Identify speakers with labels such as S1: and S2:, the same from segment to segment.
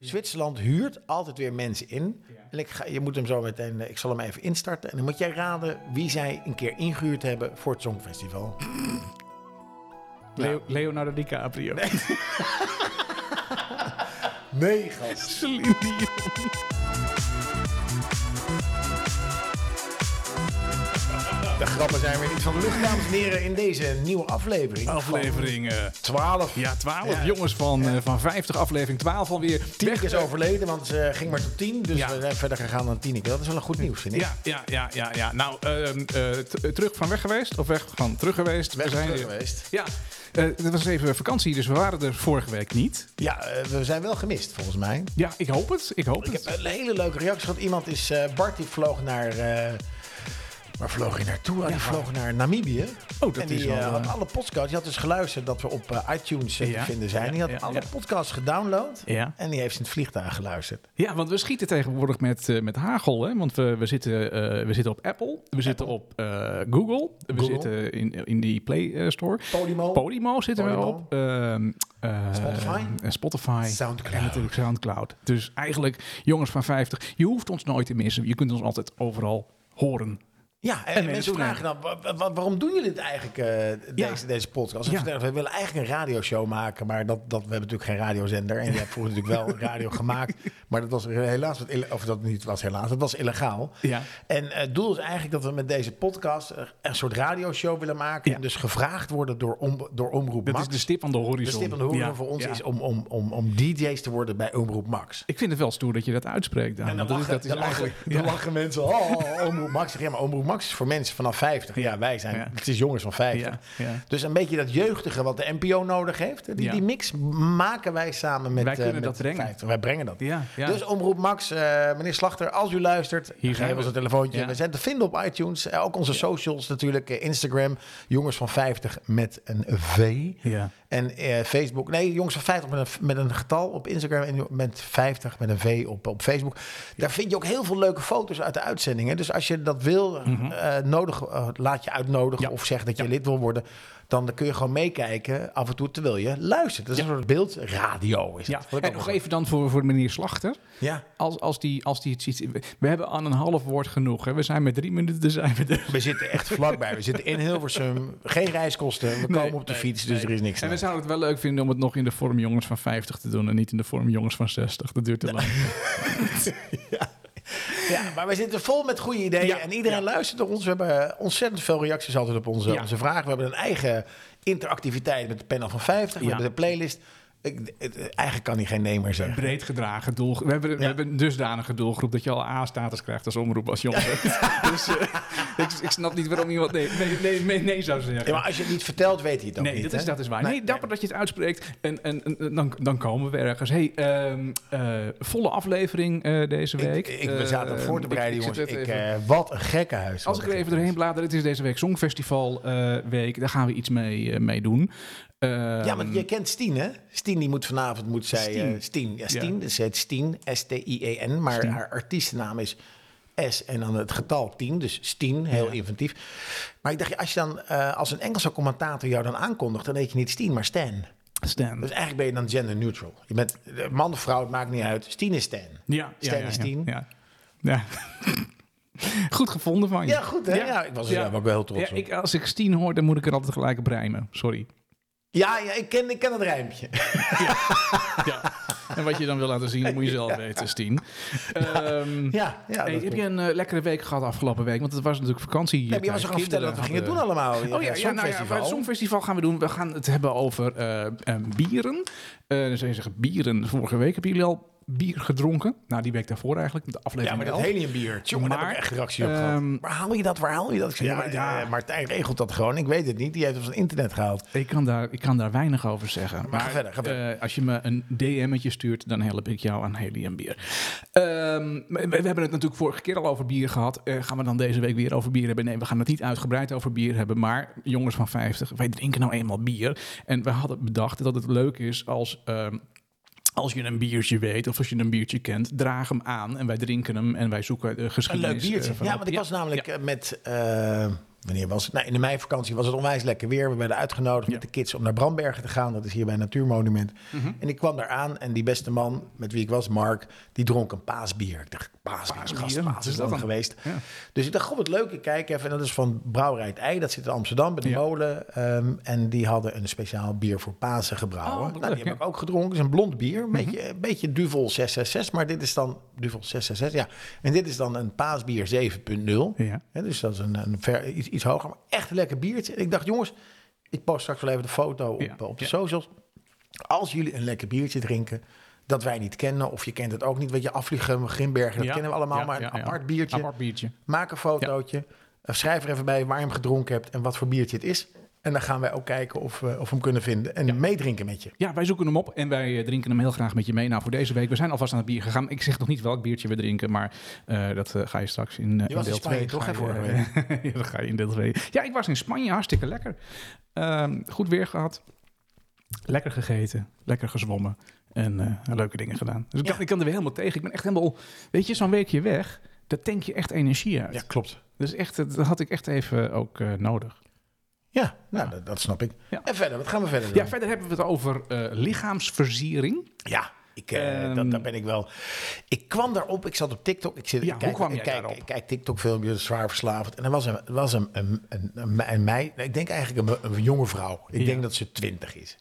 S1: Zwitserland huurt altijd weer mensen in. En ik ga, je moet hem zo meteen, eh, ik zal hem even instarten. En dan moet jij raden wie zij een keer ingehuurd hebben voor het Songfestival.
S2: Leo, Leonardo DiCaprio.
S1: Nee, gast.
S2: Celine Dion.
S1: De grappen zijn weer niet van de lucht, dames en heren, in deze nieuwe aflevering.
S2: Aflevering eh,
S1: 12.
S2: ja, 12.
S1: Ja.
S2: Jongens van, eh, van 50, aflevering 12 alweer.
S1: Tineke is overleden, want ze ging maar tot 10. Dus
S2: Ja.
S1: we zijn verder gegaan dan Tineke. Dat is wel een goed nieuws, vind ik.
S2: Ja, ja, ja, ja, ja. Nou, ehm, eh, t- eh, terug van weg geweest of weg van terug geweest?
S1: Weg
S2: We zijn
S1: terug
S2: weer-
S1: geweest.
S2: Ja, eh, het was even vakantie, dus we waren er vorige week niet.
S1: Ja, eh, we zijn wel gemist, volgens mij.
S2: Ja, ik hoop het. Ik hoop
S1: Ik
S2: het.
S1: heb een hele leuke reactie gehad. Iemand is, eh, Bart, die vloog naar... eh, waar vloog hij naartoe? Ah, die vloog naar Namibië.
S2: Oh, dat
S1: en die
S2: is wel,
S1: eh, had
S2: eh,
S1: alle podcasts. Die had dus geluisterd dat we op eh, iTunes eh,
S2: Ja,
S1: te vinden zijn.
S2: ja,
S1: Die had
S2: ja,
S1: alle
S2: ja.
S1: podcasts gedownload.
S2: Ja.
S1: En die heeft in het vliegtuig geluisterd.
S2: Ja, want we schieten tegenwoordig met, eh, met hagel. Hè? Want we, we, zitten, eh, we zitten op Apple, we zitten op eh, Google, we
S1: Google.
S2: zitten in, in die Play eh, Store.
S1: Podimo.
S2: Podimo zitten
S1: Podimo.
S2: we op. ehm, eh,
S1: Spotify.
S2: En Spotify.
S1: Soundcloud.
S2: En natuurlijk Soundcloud. Dus eigenlijk, jongens van 50, je hoeft ons nooit te missen. Je kunt ons altijd overal horen.
S1: Ja, en,
S2: En
S1: mensen
S2: mensen doen
S1: vragen dan, wa- wa- waarom doen jullie dit eigenlijk, eh,
S2: Ja.
S1: deze, deze podcast? Als
S2: Ja.
S1: we zeggen, we willen eigenlijk een radioshow maken, maar dat, dat, we hebben natuurlijk geen radiozender. En je hebt vroeger natuurlijk wel een radio gemaakt, maar dat was helaas, wat ille- of dat niet was helaas, dat was illegaal.
S2: Ja.
S1: En eh, het doel is eigenlijk dat we met deze podcast een, een soort radioshow willen maken.
S2: Ja.
S1: En dus gevraagd worden door, om, door Omroep
S2: Dat
S1: Max.
S2: is de stip aan de horizon.
S1: De stip aan de horizon
S2: Ja,
S1: voor ons
S2: ja.
S1: is om, om, om, om DJ's te worden bij Omroep Max.
S2: Ik vind het wel stoer dat je dat uitspreekt. Daan,
S1: En dan,
S2: want dat
S1: lachen,
S2: is- dat is
S1: dan, lachen,
S2: eigenlijk...
S1: dan lachen mensen. Oh, oh, Omroep Max. Ik zeg, Ja, maar Omroep Max is voor mensen vanaf 50. Ja,
S2: Ja.
S1: wij zijn.
S2: Ja.
S1: Het is jongens van 50.
S2: Ja, ja.
S1: Dus een beetje dat jeugdige wat de NPO nodig heeft. Die,
S2: Ja.
S1: die mix maken wij samen met.
S2: Wij
S1: eh,
S2: kunnen
S1: met
S2: dat brengen.
S1: 50. Wij brengen dat.
S2: Ja, ja.
S1: Dus Omroep Max, eh, meneer Slachter, als u luistert,
S2: Hier
S1: Hier
S2: zijn
S1: geef
S2: we.
S1: ons een telefoontje.
S2: Ja.
S1: We zijn te vinden op iTunes. Eh, ook onze socials natuurlijk. eh, Instagram, jongens van 50 met een V.
S2: Ja.
S1: En eh, Facebook, nee, jongens van 50 met een, met een getal op Instagram en met 50 met een V op, op Facebook. Daar vind je ook heel veel leuke foto's uit de uitzendingen. Dus als je dat wil, eh, nodig, eh, laat je uitnodigen
S2: Ja.
S1: of zeg dat je lid wil worden. Dan kun je gewoon meekijken af en toe terwijl je luistert. Dat is een soort beeldradio. Is
S2: Ja.
S1: het. Wordt
S2: En
S1: ook
S2: nog
S1: wel-
S2: even dan voor, voor meneer Slachter.
S1: Ja,
S2: Als, als, die, als die het ziet... We hebben aan een half woord genoeg. Hè. We zijn met drie minuten dus zijn we er.
S1: we zitten echt vlakbij. We zitten in Hilversum. Geen reiskosten. We komen op de fiets, dus er is niks.
S2: En we
S1: aan.
S2: zouden het wel leuk vinden om het nog in de vorm jongens van 50 te doen en niet in de vorm jongens van 60. Dat duurt te lang.
S1: Ja, maar we zitten vol met goede ideeën.
S2: Ja,
S1: en iedereen luistert naar ons. We hebben eh, ontzettend veel reacties altijd op onze,
S2: Ja.
S1: onze vragen. We hebben een eigen interactiviteit met de panel van 50. We
S2: Ja.
S1: hebben de playlist. Ik, het- eh, eigenlijk kan hij geen nee meer zeggen.
S2: Breed gedragen doel. We hebben, we
S1: Ja.
S2: hebben een dusdanige doelgroep dat je al A-status krijgt als omroep als jongen. dus eh, ik, ik snap niet waarom iemand nee, nee, nee, nee, nee zou zeggen.
S1: Ja, maar als je het niet vertelt, weet hij het ook
S2: Nee,
S1: niet.
S2: dat
S1: hè?
S2: is, dat is waar. Nee, dapper dat je het uitspreekt. En, en, en dan, dan komen we ergens. Hey, ehm, eh, volle aflevering eh, deze
S1: Ik,
S2: week.
S1: ik, we zaten op
S2: Eh,
S1: voor te bereiden,
S2: ik- ik zit
S1: jongens. Ik,
S2: even-
S1: eh, wat een gekkenhuis. wat
S2: Als ik
S1: een
S2: er even
S1: gekkenhuis.
S2: doorheen blader, het is deze week Songfestival eh, week. Daar gaan we iets mee, eh, mee doen. Ehm,
S1: Ja, want je kent Stien, hè? Stien die moet vanavond, moet zij... Stien.
S2: Stien.
S1: Stien, ja, Stien. Dus ze heet Stien, S-T-I-E-N. E Maar haar artiestennaam is S en dan het getal 10. Dus Stien, heel inventief. Maar ik dacht, ja, als je dan eh, als een Engelse commentator jou dan aankondigt... dan heet je niet Stien, maar Stan.
S2: Stan.
S1: Dus eigenlijk ben je dan gender neutral. Je bent eh, man of vrouw, het maakt niet uit. Stien is Stan.
S2: Ja,
S1: Stan is tien.
S2: Ja. ja. Goed gevonden van je.
S1: Ja, goed, hè? Ja, ik was er zelf ook wel heel trots
S2: Ja,
S1: op.
S2: ik, als ik Stien hoor, dan moet ik er altijd gelijk op rijmen. Sorry.
S1: Ja, ja ik, ken, ik ken het rijmpje.
S2: Ja. en wat je dan wil laten zien, dat moet je zelf weten, Stien. Ehm,
S1: Ja, ja.
S2: hey,
S1: dat
S2: heb
S1: klopt.
S2: je een eh, lekkere week gehad afgelopen week? Want het was natuurlijk vakantie.
S1: Nee, maar je was toch aan het vertellen wat we gingen doen allemaal.
S2: Oh ja, ja, nou ja, bij het Songfestival gaan we doen. We gaan het hebben over eh, eh, bieren. Eh dus je zegt bieren. Vorige week hebben jullie al bier gedronken. Nou, die week daarvoor eigenlijk, met de
S1: Ja,
S2: aflevering
S1: maar dat
S2: 11.
S1: heliumbier. Jongen, daar heb
S2: Maar,
S1: ik echt reactie op gehad.
S2: ehm,
S1: Waar haal je dat? Waar haal je dat? Ik zeg, ja,
S2: Ja,
S1: maar,
S2: ja.
S1: eh, Martijn regelt dat gewoon. Ik weet het niet. Die heeft het van internet gehaald.
S2: Ik kan, daar, ik kan daar weinig over zeggen. Maar,
S1: ga verder, ga verder.
S2: eh, als je me een DM'tje stuurt, dan help ik jou aan heliumbier. Ehm, we, we hebben het natuurlijk vorige keer al over bier gehad. Eh, gaan we dan deze week weer over bier hebben? Nee, we gaan het niet uitgebreid over bier hebben. Maar jongens van 50, wij drinken nou eenmaal bier. En we hadden bedacht dat het leuk is als... ehm, als je een biertje weet of als je een biertje kent, draag hem aan en wij drinken hem en wij zoeken de
S1: Een
S2: geschiedenis.
S1: leuk biertje.
S2: eh, van
S1: Ja,
S2: op.
S1: want ik was namelijk eh, met... eh, Wanneer was het? Nou, in de meivakantie was het onwijs lekker weer. We werden uitgenodigd
S2: Ja. Mhm.
S1: met de kids om naar Brambergen te gaan. Dat is hier bij een natuurmonument. En ik kwam daar aan en die beste man met wie ik was, Mark, die dronk een paasbier. Ik dacht, paasbier,
S2: Paasbier,
S1: gast,
S2: wat
S1: paas
S2: is
S1: is
S2: dat
S1: dat
S2: dan?
S1: geweest.
S2: Ja.
S1: Dus ik dacht, god wat leuk, ik kijk even. En dat is van Brouwerij het Ei, dat zit in Amsterdam bij de
S2: Ja.
S1: molen. Ehm, en die hadden een speciaal bier voor Pasen gebrouwen.
S2: Oh, wat
S1: nou,
S2: leuk,
S1: die
S2: ja.
S1: heb ik ook gedronken. Het is een blond bier,
S2: Mhm.
S1: een beetje, een beetje Duvel 666, maar dit is dan Duvel 666, ja. En dit is dan een paasbier 7.0.
S2: Ja.
S1: Hè, dus dat is een, een ver, iets, iets hoger, maar echt een lekker biertje. En ik dacht, jongens, ik post straks wel even de foto op,
S2: Ja,
S1: eh, op de
S2: ja.
S1: socials. Als jullie een lekker biertje drinken dat wij niet kennen, of je kent het ook niet, weet je, Afliegem, Grimbergen, dat
S2: Ja,
S1: kennen we allemaal,
S2: ja,
S1: maar een
S2: ja, ja.
S1: apart biertje.
S2: Apart biertje.
S1: Maak een fotootje, eh, schrijf er even bij waar je hem gedronken hebt en wat voor biertje het is. En dan gaan wij ook kijken of we of we hem kunnen vinden en meedrinken met je.
S2: Ja, wij zoeken hem op en wij eh, drinken hem heel graag met je mee. Nou, voor deze week, we zijn alvast aan het bier gegaan. Ik zeg nog niet welk biertje we drinken, maar eh, dat eh, ga je straks in, eh,
S1: Je was
S2: in
S1: in
S2: deel 2.
S1: Spanje toch, hè, vorige
S2: eh, ja, dat ga je in deel 2. Ja, ik was in Spanje, hartstikke lekker. Ehm, goed weer gehad. Lekker gegeten, lekker gezwommen en eh, leuke dingen gedaan. Dus ik kan,
S1: Ja.
S2: ik kan er weer helemaal tegen. Ik ben echt helemaal, weet je, zo'n weekje weg, daar tank je echt energie uit.
S1: klopt.
S2: Dus echt, eh, dat had ik echt even ook eh, nodig.
S1: Ja, nou,
S2: Ja.
S1: Dat, dat snap ik.
S2: Ja.
S1: En verder, wat gaan we verder doen?
S2: Ja, verder hebben we het over eh, lichaamsversiering.
S1: Ja, ik, eh,
S2: Ehm.
S1: dat, daar ben ik wel. Ik kwam daarop, ik zat op TikTok. Ik, zit,
S2: Ja,
S1: ik
S2: hoe kwam
S1: ik
S2: jij
S1: kijk,
S2: daarop?
S1: Ik kijk TikTok-filmpjes, zwaar verslaafd. En er was een, er was een, een, een, een, me- een meid, nee, ik denk eigenlijk een, een jonge vrouw. Ik
S2: Ja.
S1: denk dat ze twintig is.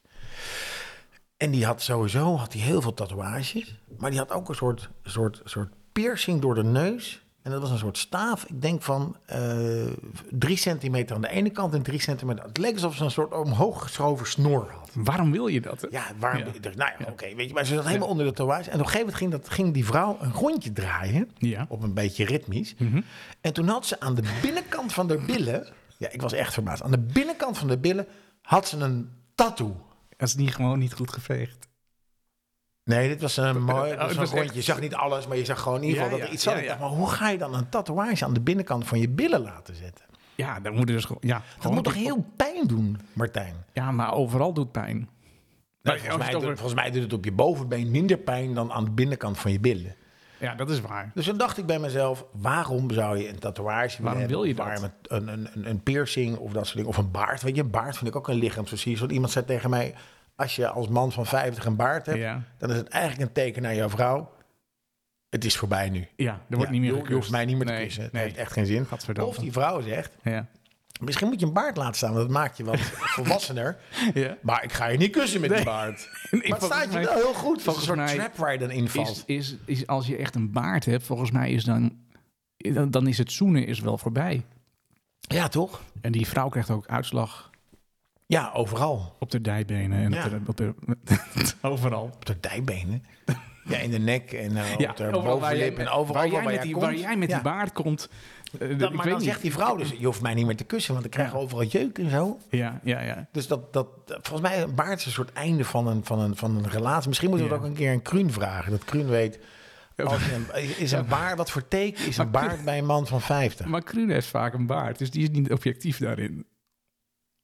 S1: En die had sowieso had die heel veel tatoeages. Maar die had ook een soort, soort, soort piercing door de neus. En dat was een soort staaf, ik denk van eh drie centimeter aan de ene kant en drie centimeter. Het leek alsof ze een soort omhoog geschoven snor had.
S2: Waarom wil je dat? hè?
S1: Ja, waarom?
S2: Ja.
S1: ik dacht, nou ja, oké, weet je, maar ze zat helemaal onder de tatoeage. En op een gegeven moment ging, dat, ging die vrouw een rondje draaien,
S2: Ja. Mhm.
S1: op een beetje ritmisch. En toen had ze aan de binnenkant van haar billen, ja, ik was echt verbaasd, aan de binnenkant van de billen had ze een tattoo.
S2: Dat is niet gewoon niet goed geveegd.
S1: Nee, dit was een mooi
S2: het
S1: dit
S2: was
S1: was een rondje.
S2: Oh, echt-
S1: Je zag niet alles, maar je zag gewoon in ieder
S2: Ja,
S1: geval dat
S2: ja,
S1: er iets zat.
S2: ja,
S1: Ik
S2: ja.
S1: dacht, Maar hoe ga je dan een tatoeage aan de binnenkant van je billen laten zetten?
S2: Ja, dan moet je dus gewoon. Ja,
S1: Dat
S2: gewoon
S1: moet toch
S2: op-
S1: heel pijn doen, Martijn? Nou,
S2: Ja, maar overal doet pijn. Maar
S1: volgens,
S2: als
S1: mij,
S2: je het
S1: doet-
S2: over-
S1: volgens mij doet het op je bovenbeen minder pijn dan aan de binnenkant van je billen.
S2: Ja, dat is waar.
S1: Dus dan dacht ik bij mezelf, waarom zou je een tatoeage
S2: Waarom
S1: hebben?
S2: wil je
S1: Of
S2: dat?
S1: waarom Een, een, een, een piercing of dat soort dingen. Of een baard. Weet je, een baard vind ik ook een lichaamsversier. Want iemand zei tegen mij, als je als man van 50 een baard hebt...
S2: Ja.
S1: dan is het eigenlijk een teken naar jouw vrouw. Het is voorbij nu.
S2: Ja, er wordt
S1: Ja,
S2: niet meer
S1: je, je hoeft
S2: gekust.
S1: mij niet meer te
S2: Nee,
S1: kussen. Het
S2: nee.
S1: heeft echt geen zin.
S2: Gadverdamme.
S1: Of die vrouw zegt,
S2: Ja.
S1: misschien moet je een baard laten staan... want dat maakt je wat volwassener.
S2: ja.
S1: Maar ik ga je niet kussen met
S2: Nee.
S1: die baard.
S2: Nee,
S1: Maar het
S2: volgens
S1: staat je
S2: mij-
S1: wel heel goed. Het is een
S2: volgens
S1: soort
S2: mij
S1: trap waar je dan invalt.
S2: Is, is, is, als je echt een baard hebt, volgens mij is dan. Dan dan is het zoenen is wel voorbij.
S1: Ja, toch?
S2: En die vrouw krijgt ook uitslag
S1: Ja, overal.
S2: op de dijbenen en
S1: Ja.
S2: op de, op de, overal.
S1: Op de dijbenen. Ja, in de nek en eh, op de
S2: overal waar jij,
S1: bovenlip en overal waar,
S2: waar jij met
S1: jij
S2: die,
S1: komt.
S2: waar jij met
S1: Ja.
S2: die baard komt. eh, d-
S1: Dat-
S2: ik
S1: maar
S2: weet
S1: dan zegt
S2: niet.
S1: die vrouw dus, je hoeft mij niet meer te kussen, want ik krijg
S2: Ja.
S1: overal jeuk en zo.
S2: Ja, ja, ja.
S1: Dus dat, dat, dat- volgens mij een baard is een soort einde van een, van een, van een relatie. Misschien moeten we
S2: Ja.
S1: het ook een keer aan Kruun vragen, dat Kruun weet... Als je een, is een baard, wat voor teken is een baard bij een man van 50?
S2: Maar Krune heeft vaak een baard, dus die is niet objectief daarin.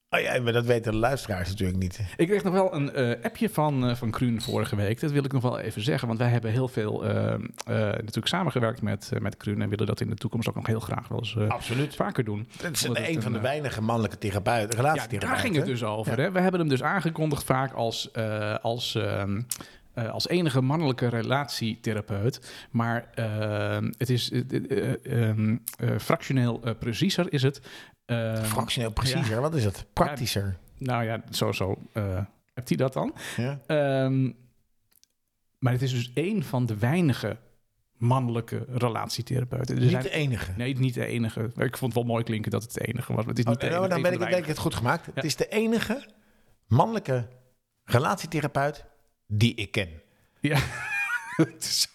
S1: Oh ja, maar dat weten de luisteraars natuurlijk niet.
S2: Ik kreeg nog wel een eh, appje van, eh, van Kruun vorige week. Dat wil ik nog wel even zeggen. Want wij hebben heel veel eh, eh, natuurlijk samengewerkt met, eh, met Kruun. En willen dat in de toekomst ook nog heel graag wel eens eh,
S1: Absoluut.
S2: vaker doen.
S1: Dat is
S2: Omdat het
S1: een van de
S2: eh,
S1: weinige mannelijke therapeuten,
S2: ja,
S1: relatietherapeuten.
S2: daar ging het dus over. Hè? We hebben hem dus aangekondigd vaak als, eh, als, ehm, eh, als enige mannelijke relatietherapeut. Maar ehm, het is eh, eh, eh, ehm, eh, fractioneel eh, preciezer is het. Ehm,
S1: Fractioneel preciezer, wat is het? Praktischer.
S2: nou ja, sowieso. eh hebt hij dat dan?
S1: Ja.
S2: Ehm, maar het is dus één van de weinige mannelijke relatietherapeuten. Er
S1: Niet
S2: zijn-
S1: de enige.
S2: Nee, niet de enige. Ik vond het wel mooi klinken dat het de enige was. Maar het is
S1: Oh,
S2: niet de
S1: nou,
S2: enige.
S1: dan
S2: een
S1: ben
S2: van
S1: ik,
S2: de
S1: denk ik het goed gemaakt.
S2: Ja.
S1: Het is de enige mannelijke relatietherapeut die ik ken.
S2: Ja. het, is,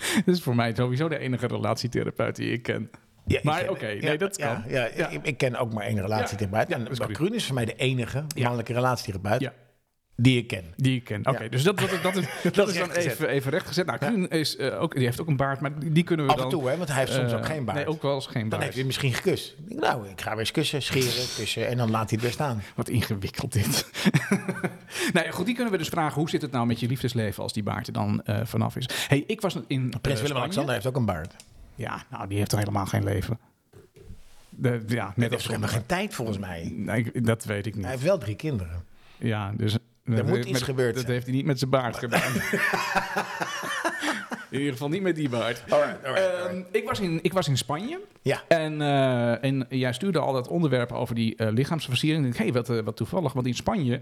S2: het is voor mij sowieso de enige relatietherapeut die ik ken.
S1: Ja, ik
S2: Maar
S1: ken-
S2: oké, nee,
S1: ja,
S2: dat
S1: ja,
S2: kan.
S1: Ja,
S2: Ja.
S1: Ik, ik ken ook maar één relatietherapeut.
S2: Ja, ja,
S1: en
S2: dat is goed.
S1: Kruun is voor mij de enige mannelijke relatietherapeut
S2: Ja.
S1: die ik ken.
S2: Die ik ken. Oké,
S1: Ja.
S2: dus dat, dat, dat is, dat is dan
S1: rechtgezet.
S2: even, even rechtgezet. Nou, Kruun is, eh, ook, die heeft ook een baard, maar die, die kunnen we
S1: Af
S2: dan...
S1: en toe, hè, want hij heeft soms
S2: eh,
S1: ook geen baard.
S2: Nee, ook wel eens geen
S1: Dan
S2: baard.
S1: heeft hij misschien gekust. Ik denk, Nou, ik ga weer eens kussen, scheren, kussen en dan laat hij het weer staan.
S2: Wat ingewikkeld dit. nou ja, goed, die kunnen we dus vragen. Hoe zit het nou met je liefdesleven als die baard er dan eh, vanaf is? hey, ik was in eh,
S1: Prins
S2: Spanje.
S1: Willem-Alexander heeft ook een baard.
S2: Ja, nou, die heeft toch helemaal geen leven. De- ja,
S1: Net
S2: net
S1: heeft
S2: als
S1: ook helemaal
S2: sommige.
S1: geen tijd volgens mij.
S2: Nee, ik- dat weet ik
S1: Hij
S2: niet.
S1: heeft wel drie kinderen.
S2: Ja, dus.
S1: moet
S2: met-
S1: iets gebeurd
S2: Dat
S1: zijn.
S2: heeft hij niet met zijn baard gedaan. In ieder geval niet met die baard.
S1: Alright, alright,
S2: Ehm,
S1: alright.
S2: ik, was in, ik was in Spanje.
S1: Ja.
S2: En, eh, en jij stuurde al dat onderwerp over die eh, lichaamsversiering. En ik denk, hey, wat, eh, wat toevallig. Want in Spanje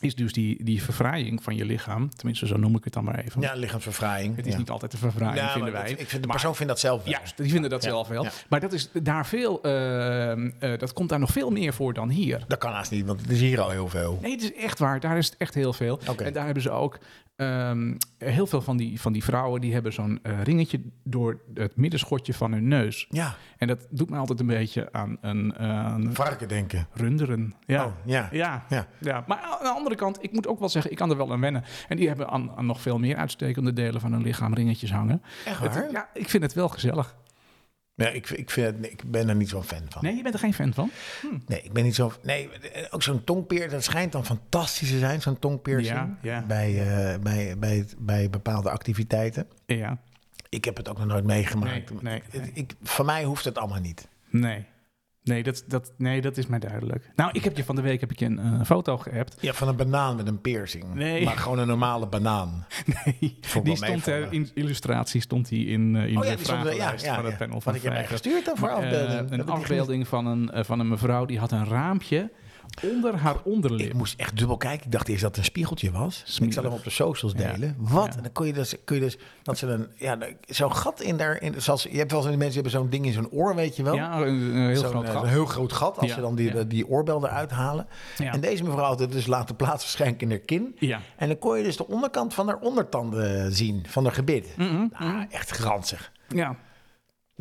S2: is dus die, die verfraaiing van je lichaam. Tenminste, zo noem ik het dan maar even.
S1: Ja, lichaamsverfraaiing.
S2: Het is
S1: ja.
S2: niet altijd een verfraaiing,
S1: Ja,
S2: Ah, vinden
S1: Nou, maar
S2: wij.
S1: dat- ik vind, de
S2: Maar-
S1: persoon vindt dat zelf wel.
S2: Juist, die vinden dat
S1: Ja,
S2: zelf wel.
S1: ja.
S2: Maar dat is daar veel, ehm, eh, dat komt daar nog veel meer voor dan hier.
S1: Dat kan haast niet, want het is hier al heel veel.
S2: Nee, het is echt waar. Daar is het echt heel veel.
S1: Oké.
S2: En daar hebben ze ook ehm, heel veel van die, van die vrouwen... die hebben zo'n eh, ringetje door het middenschotje van hun neus.
S1: Ja,
S2: En dat doet me altijd een beetje aan een aan
S1: varken denken.
S2: runderen. Ja.
S1: Oh, ja.
S2: Ja.
S1: Ja.
S2: Ja. maar aan de andere kant, ik moet ook wel zeggen, ik kan er wel aan wennen. En die hebben aan, aan nog veel meer uitstekende delen van hun lichaam ringetjes hangen.
S1: Echt
S2: Het-
S1: waar?
S2: ja, ik vind het wel gezellig.
S1: Nee, ik, ik, vind, nee, ik ben er niet zo'n fan van.
S2: Nee, je bent er geen fan van?
S1: Nee, ik ben niet zo. Nee, ook zo'n tongpeer, dat schijnt dan fantastisch te zijn, zo'n tongpiercing.
S2: Ja, ja.
S1: Bij, eh, bij, bij, het- bij bepaalde activiteiten.
S2: Ja.
S1: Ik heb het ook nog nooit meegemaakt.
S2: Nee, nee, nee.
S1: Ik, ik- voor mij hoeft het allemaal niet.
S2: Nee. Nee dat, dat, nee, dat is mij duidelijk. Nou, ik heb je van de week heb ik je een eh, foto geappt.
S1: Ja, van een banaan met een piercing.
S2: Nee.
S1: Maar gewoon een normale banaan.
S2: Nee,
S1: wel
S2: die stond
S1: meevallen. Oh
S2: eh, in illustratie stond die in, eh, in de
S1: stond er-
S2: vragenlijst van het panel van
S1: Wat ik heb mij
S2: vijf.
S1: gestuurd dan voor
S2: Maar, eh,
S1: afbeelding.
S2: een afbeelding van een, eh, van een mevrouw die had een raampje onder haar onderlip.
S1: Ik moest echt dubbel kijken. Ik dacht eerst dat het een spiegeltje was. Ik zal hem op de socials delen. Wat? En dan kon je dus, kun je dus dat ze een ja, zo'n gat in daar. In, zoals, je hebt wel eens die mensen die hebben zo'n ding in zo'n oor, weet je wel.
S2: ja, een, een heel
S1: Zo'n,
S2: groot
S1: eh,
S2: gat.
S1: Een heel groot gat. Als
S2: Ja,
S1: ze dan die,
S2: ja.
S1: die oorbel eruit halen.
S2: Ja.
S1: En deze mevrouw had het dus laten plaatsen waarschijnlijk in haar kin.
S2: Ja.
S1: En dan kon je dus de onderkant van haar ondertanden zien. Van haar gebit. Ah, echt granzig.
S2: Ja.
S1: Dat,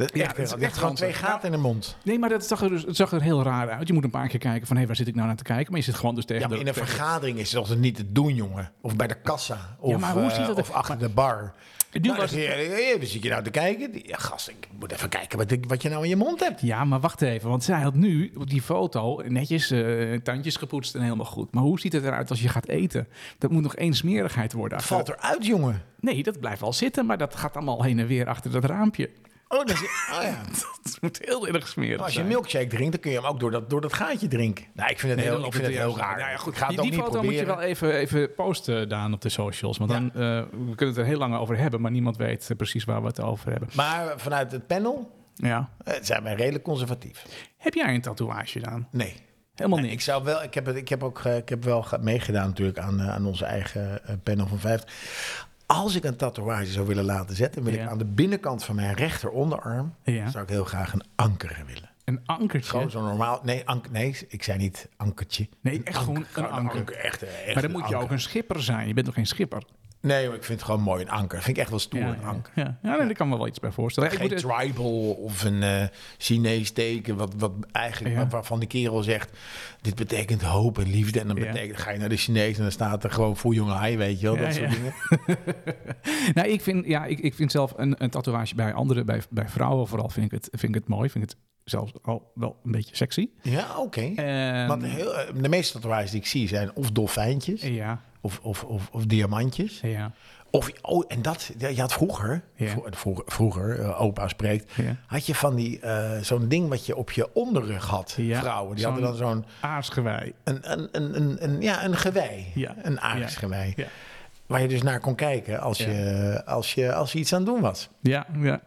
S2: Mm-hmm, Ja,
S1: echt,
S2: dat is
S1: je
S2: echt
S1: hebt gewoon
S2: ranzig.
S1: twee gaten in de mond.
S2: Nee, maar dat zag er, dus, het zag er heel raar uit. Je moet een paar keer kijken van, hé, waar zit ik nou naar te kijken? Maar je zit gewoon dus tegen
S1: Ja, maar
S2: de...
S1: in een
S2: tegen-
S1: vergadering is het toch niet te doen, jongen. Of bij de kassa. Of,
S2: maar hoe
S1: eh,
S2: ziet dat er-
S1: of achter de bar.
S2: Nu
S1: Nou,
S2: was
S1: dan zeg je, hey, wie zit je nou te kijken? Die- Ja, gast, ik moet even kijken wat, ik- wat je nou in je mond hebt.
S2: Ja, maar wacht even, want zij had nu op die foto netjes eh, tandjes gepoetst en helemaal goed. Maar hoe ziet het eruit als je gaat eten? Dat moet nog één smerigheid worden.
S1: Het
S2: achter
S1: valt eruit, jongen.
S2: dat- Nee, dat blijft wel zitten, maar dat gaat allemaal heen en weer achter dat raampje.
S1: Oh, dat is, oh ja.
S2: Dat moet heel erg smerig
S1: Als je
S2: zijn.
S1: een milkshake drinkt, dan kun je hem ook door dat, door dat gaatje drinken. Nou, ik vind het
S2: Nee,
S1: heel,
S2: dan
S1: ik
S2: loopt
S1: vind het
S2: weer
S1: heel
S2: zo.
S1: raar.
S2: Nou ja, goed,
S1: ik ga het
S2: die
S1: ook
S2: die
S1: niet
S2: foto moet je
S1: proberen.
S2: wel even, even posten, Daan, op de socials. Want
S1: Ja.
S2: dan, eh, we kunnen het er heel lang over hebben, maar niemand weet eh, precies waar we het over hebben.
S1: Maar vanuit het panel
S2: Ja.
S1: eh, zijn wij redelijk conservatief.
S2: Heb jij een tatoeage, Daan?
S1: Nee.
S2: Helemaal
S1: Ik,
S2: niks.
S1: zou wel, ik, heb, het- ik heb ook eh, ik heb wel ge- meegedaan natuurlijk aan, eh, aan onze eigen eh, panel van 50. Als ik een tatoeage zou willen laten zetten, wil
S2: Ja.
S1: ik aan de binnenkant van mijn rechter onderarm,
S2: Ja.
S1: zou ik heel graag een anker willen.
S2: Een ankertje.
S1: Gewoon zo'n normaal. Nee, ank, nee, ik zei niet ankertje.
S2: Nee, echt gewoon een anker.
S1: echt, eh, echt
S2: maar dan
S1: een
S2: moet je ook
S1: anker.
S2: een schipper zijn. Je bent toch geen schipper?
S1: Nee, maar ik vind het gewoon mooi een anker. Vind ik echt wel stoer
S2: ja,
S1: een
S2: ja.
S1: anker.
S2: Ja, ja nee, daar kan me wel iets bij voorstellen. Ik
S1: Geen
S2: moet-
S1: tribal of een eh, Chinees teken, wat, wat eigenlijk,
S2: Ja.
S1: waar- waarvan de kerel zegt, dit betekent hoop en liefde. En dan
S2: Ja.
S1: betekent, ga je naar de Chinees en dan staat er gewoon voor jongen hij, weet je wel,
S2: Ja,
S1: dat soort
S2: ja.
S1: dingen.
S2: nou, ik vind, ja, ik, ik vind zelf een, een tatoeage bij anderen, bij, bij vrouwen vooral, vind ik, het, vind ik het mooi. Vind ik het zelfs al wel een beetje sexy.
S1: Ja, oké.
S2: Ehm,
S1: Want heel, eh, de meeste tatoeages die ik zie zijn of dolfijntjes
S2: ja,
S1: of, of, of, of diamantjes.
S2: ja.
S1: Of, oh, en dat, ja, je had vroeger,
S2: Ja.
S1: vro- vroeger, vroeger eh, opa spreekt,
S2: Ja.
S1: had je van die, eh, zo'n ding wat je op je onderrug had,
S2: Ja,
S1: vrouwen. Die
S2: zo'n-
S1: hadden dan zo'n,
S2: Aarsgewei.
S1: een, een, een, een, een- ja, een gewei,
S2: Ja.
S1: een aardsgewei.
S2: Ja.
S1: Waar je dus naar kon kijken als,
S2: Ja.
S1: je, als, je, als je iets aan het doen was.
S2: Ja, ja.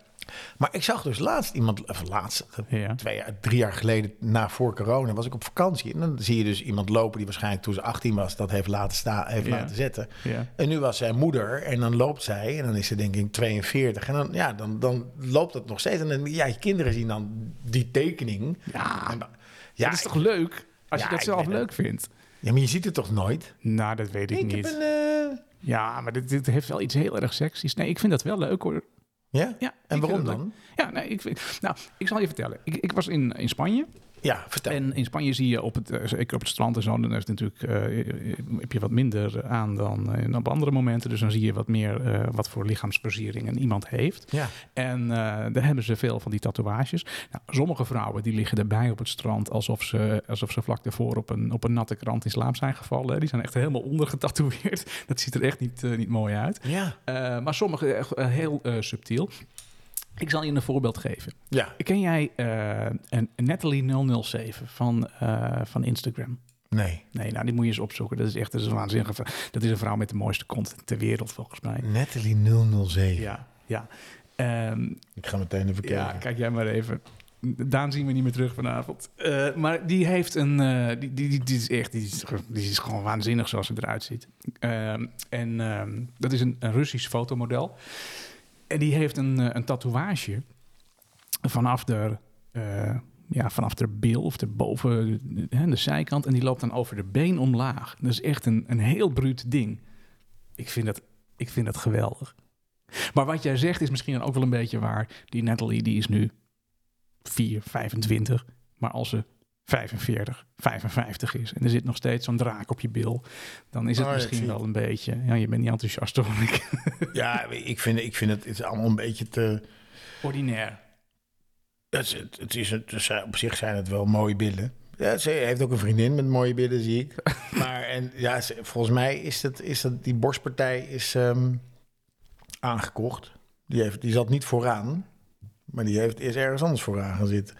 S1: Maar ik zag dus laatst iemand, of laatst, eh,
S2: Ja.
S1: twee, jaar- drie jaar geleden, na voor corona, was ik op vakantie. En dan zie je dus iemand lopen die waarschijnlijk toen ze 18 was, dat heeft laten, staan, heeft
S2: Ja.
S1: laten zetten.
S2: Ja.
S1: En nu was zijn moeder en dan loopt zij en dan is ze denk ik 42. En dan, ja, dan, dan loopt dat nog steeds. En dan, ja, je kinderen zien dan die tekening.
S2: Ja.
S1: En dan-
S2: Dat
S1: ja,
S2: is toch leuk? Als
S1: Ja,
S2: je dat
S1: ik
S2: zelf
S1: weet het.
S2: leuk vindt.
S1: ja, maar je ziet het toch nooit?
S2: Nou, dat weet ik,
S1: Ik
S2: niet.
S1: heb een... eh,
S2: Ja, maar dit, dit heeft wel iets heel erg seksies. Nee, ik vind dat wel leuk hoor.
S1: Ja?
S2: Ja,
S1: En
S2: ik
S1: waarom
S2: vind dat
S1: dan?
S2: leuk. Ja, nee, ik, vind- nou, ik zal je vertellen. Ik, ik was in, in Spanje.
S1: Ja, vertel.
S2: En in Spanje zie je op het, eh, zeker op het strand en zo, dan is het natuurlijk, eh, heb je wat minder aan dan eh, op andere momenten. Dus dan zie je wat meer eh, wat voor lichaamsversieringen iemand heeft.
S1: ja.
S2: En eh, daar hebben ze veel van die tatoeages. Nou, sommige vrouwen die liggen erbij op het strand alsof ze, alsof ze vlak daarvoor op een, op een natte krant in slaap zijn gevallen. hè. Die zijn echt helemaal ondergetatoeëerd. Dat ziet er echt niet, eh, niet mooi uit.
S1: Ja.
S2: Eh, maar sommige echt, eh, heel eh, subtiel. Ik zal je een voorbeeld geven.
S1: Ja.
S2: Ken jij eh, een Natalie007 van, eh, van Instagram?
S1: Nee.
S2: Nee, nou, die moet je eens opzoeken. Dat is echt dat is een waanzinnige vrouw. Dat is een vrouw met de mooiste kont ter wereld, volgens mij.
S1: Natalie 007.
S2: Ja, ja. Ehm,
S1: Ik ga meteen even kijken.
S2: ja, kijk jij maar even. Daan zien we niet meer terug vanavond. Eh, maar die heeft een... eh, die, die, die, die is echt... Die is, die is gewoon waanzinnig zoals ze eruit ziet. Ehm, en ehm, dat is een, een Russisch fotomodel. En die heeft een, eh, een tatoeage vanaf de... eh, ja, vanaf de bil of de boven hè, de zijkant. En die loopt dan over de been omlaag. Dat is echt een, een heel bruut ding. Ik vind, dat, ik vind dat geweldig. Maar wat jij zegt is misschien dan ook wel een beetje waar. Die Natalie die is nu 4, 25. Maar als ze 45, 55 is en er zit nog steeds zo'n draak op je bil, dan is het
S1: Oh, ja, ik
S2: misschien
S1: zie
S2: wel een beetje. Ja, je bent niet enthousiast hoor. Ik-
S1: Ja, ik vind, ik vind het, het is allemaal een beetje te...
S2: Ordinair.
S1: Het, is- het, het is, het is- op zich zijn het wel mooie billen. Ja, ze heeft ook een vriendin met mooie billen, zie ik. Maar en, ja, ze- volgens mij is, het, is dat, die borstpartij is ehm, aangekocht. Die, heeft, die zat niet vooraan, maar die heeft, is ergens anders vooraan gaan zitten.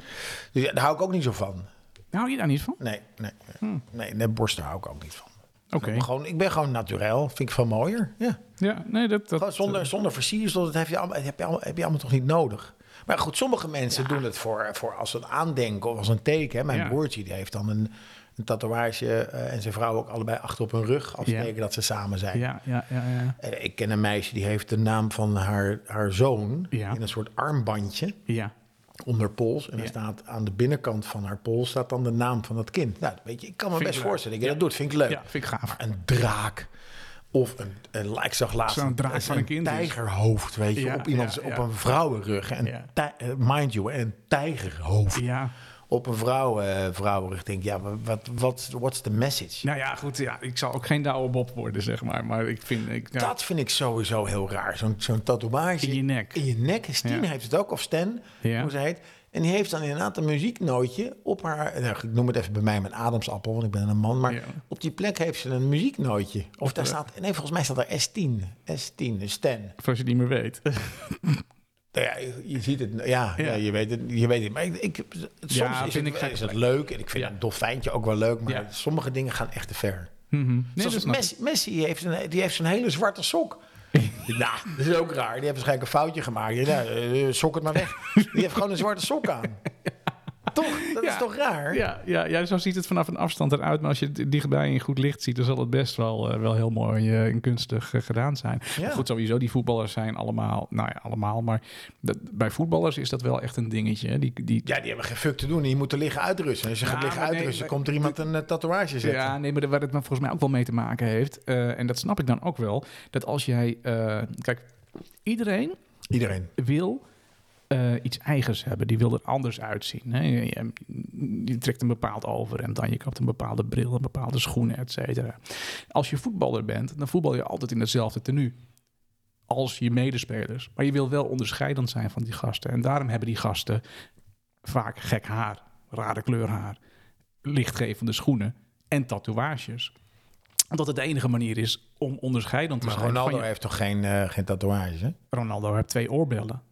S1: Dus ja, daar hou ik ook niet zo van.
S2: Hou je daar niet van?
S1: Nee, nee, nee.
S2: Hm.
S1: nee, nee, borsten hou ik ook niet van.
S2: Oké.
S1: Gewoon, ik ben gewoon naturel, vind ik veel mooier. Ja.
S2: Ja, nee, dat. dat
S1: Gewoon zonder, zonder versiersel, dat heb je, allemaal, heb, je allemaal, heb je allemaal toch niet nodig? Maar goed, sommige mensen doen het voor, voor als een aandenken of als een teken. hè. Mijn
S2: Ja.
S1: broertje die heeft dan een, een tatoeage eh, en zijn vrouw ook allebei achter op hun rug als
S2: Ja.
S1: teken dat ze samen zijn.
S2: eh, ja, ja, ja, ja.
S1: Eh, Ik ken een meisje die heeft de naam van haar, haar zoon
S2: Ja.
S1: in een soort armbandje
S2: Ja.
S1: onder pols. En
S2: Ja.
S1: daar staat aan de binnenkant van haar pols staat dan de naam van dat kind. Nou, weet je, ik kan me
S2: Vind ik
S1: best
S2: leuk.
S1: voorstellen. Ik denk,
S2: Ja.
S1: dat doet, vind ik leuk.
S2: ja, vind ik gaaf.
S1: Een draak. Of een, een ik zag laatst
S2: Zo'n draak van een kind is.
S1: tijgerhoofd, weet je,
S2: Ja,
S1: op iemands,
S2: ja,
S1: op
S2: ja.
S1: een vrouwenrug. En eh,
S2: Ja.
S1: mind you, een tijgerhoofd
S2: Ja.
S1: op een vrouw, eh, vrouwenrug. Denk ik, ja, wa- wat, wat, what's the message?
S2: Nou ja, goed. Ja, ik zal ook geen Douwe Bob worden, zeg maar. Maar ik vind. Ik, ja,
S1: Dat vind ik sowieso heel raar. Zo'n zo'n tatoeage
S2: In je nek.
S1: In je nek. Stien
S2: Ja.
S1: heeft het ook, of Stan,
S2: Ja.
S1: hoe ze heet. En die heeft dan inderdaad een muzieknootje op haar... Nou, ik noem het even bij mij mijn adamsappel, want ik ben een man. Maar
S2: Ja.
S1: op die plek heeft ze een muzieknootje. Of daar staat... Nee, volgens mij staat er S10. S10, een Stan.
S2: Of als je het niet meer weet.
S1: Nou ja, je- je ziet het. Ja, ja.
S2: Ja.
S1: je, weet het, je weet het. Maar ik, ik, soms
S2: Ja,
S1: is,
S2: vind
S1: het,
S2: ik gek.
S1: is het leuk. En ik vind
S2: Ja.
S1: een dolfijntje ook wel leuk. Maar
S2: Ja.
S1: sommige dingen gaan echt te ver.
S2: Mhm. Nee, dat
S1: Zoals
S2: snap ik.
S1: Messi, Messi heeft een, die heeft zo'n hele zwarte sok. nou, dat is ook raar. Die heeft waarschijnlijk een foutje gemaakt. Ja, nou, eh, sok het maar weg. Die heeft gewoon een zwarte sok aan. Toch? Dat
S2: Ja.
S1: is toch raar?
S2: Ja, ja, ja, zo ziet het vanaf een afstand eruit. Maar als je het dichtbij in goed licht ziet, dan zal het best wel, eh, wel heel mooi eh, en kunstig eh, gedaan zijn.
S1: Ja.
S2: Maar goed, sowieso, die voetballers zijn allemaal, nou ja, allemaal. Maar dat, bij voetballers is dat wel echt een dingetje. hè. Die, die,
S1: Ja, die hebben geen fuck te doen. Die moeten liggen uitrusten. Als je gaat
S2: Ja,
S1: liggen
S2: maar nee,
S1: uitrusten,
S2: maar-
S1: komt er iemand een eh, tatoeage zetten.
S2: Ja, nee, maar de- waar het me volgens mij ook wel mee te maken heeft. eh, en dat snap ik dan ook wel. Dat als jij. eh, kijk, iedereen
S1: Iedereen.
S2: wil eh, iets eigens hebben. Die wil er anders uitzien. Hè? Je, je- je trekt een bepaald overhemd aan. Je kapt een bepaalde bril, een bepaalde schoenen, et cetera. Als je voetballer bent, dan voetbal je altijd in hetzelfde tenue. Als je medespelers. Maar je wil wel onderscheidend zijn van die gasten. En daarom hebben die gasten vaak gek haar, rare kleur haar, lichtgevende schoenen en tatoeages. Omdat het de enige manier is om onderscheidend te
S1: Maar
S2: zijn. van
S1: Ronaldo
S2: je-
S1: heeft toch geen, eh, geen tatoeage? hè?
S2: Ronaldo heeft twee oorbellen.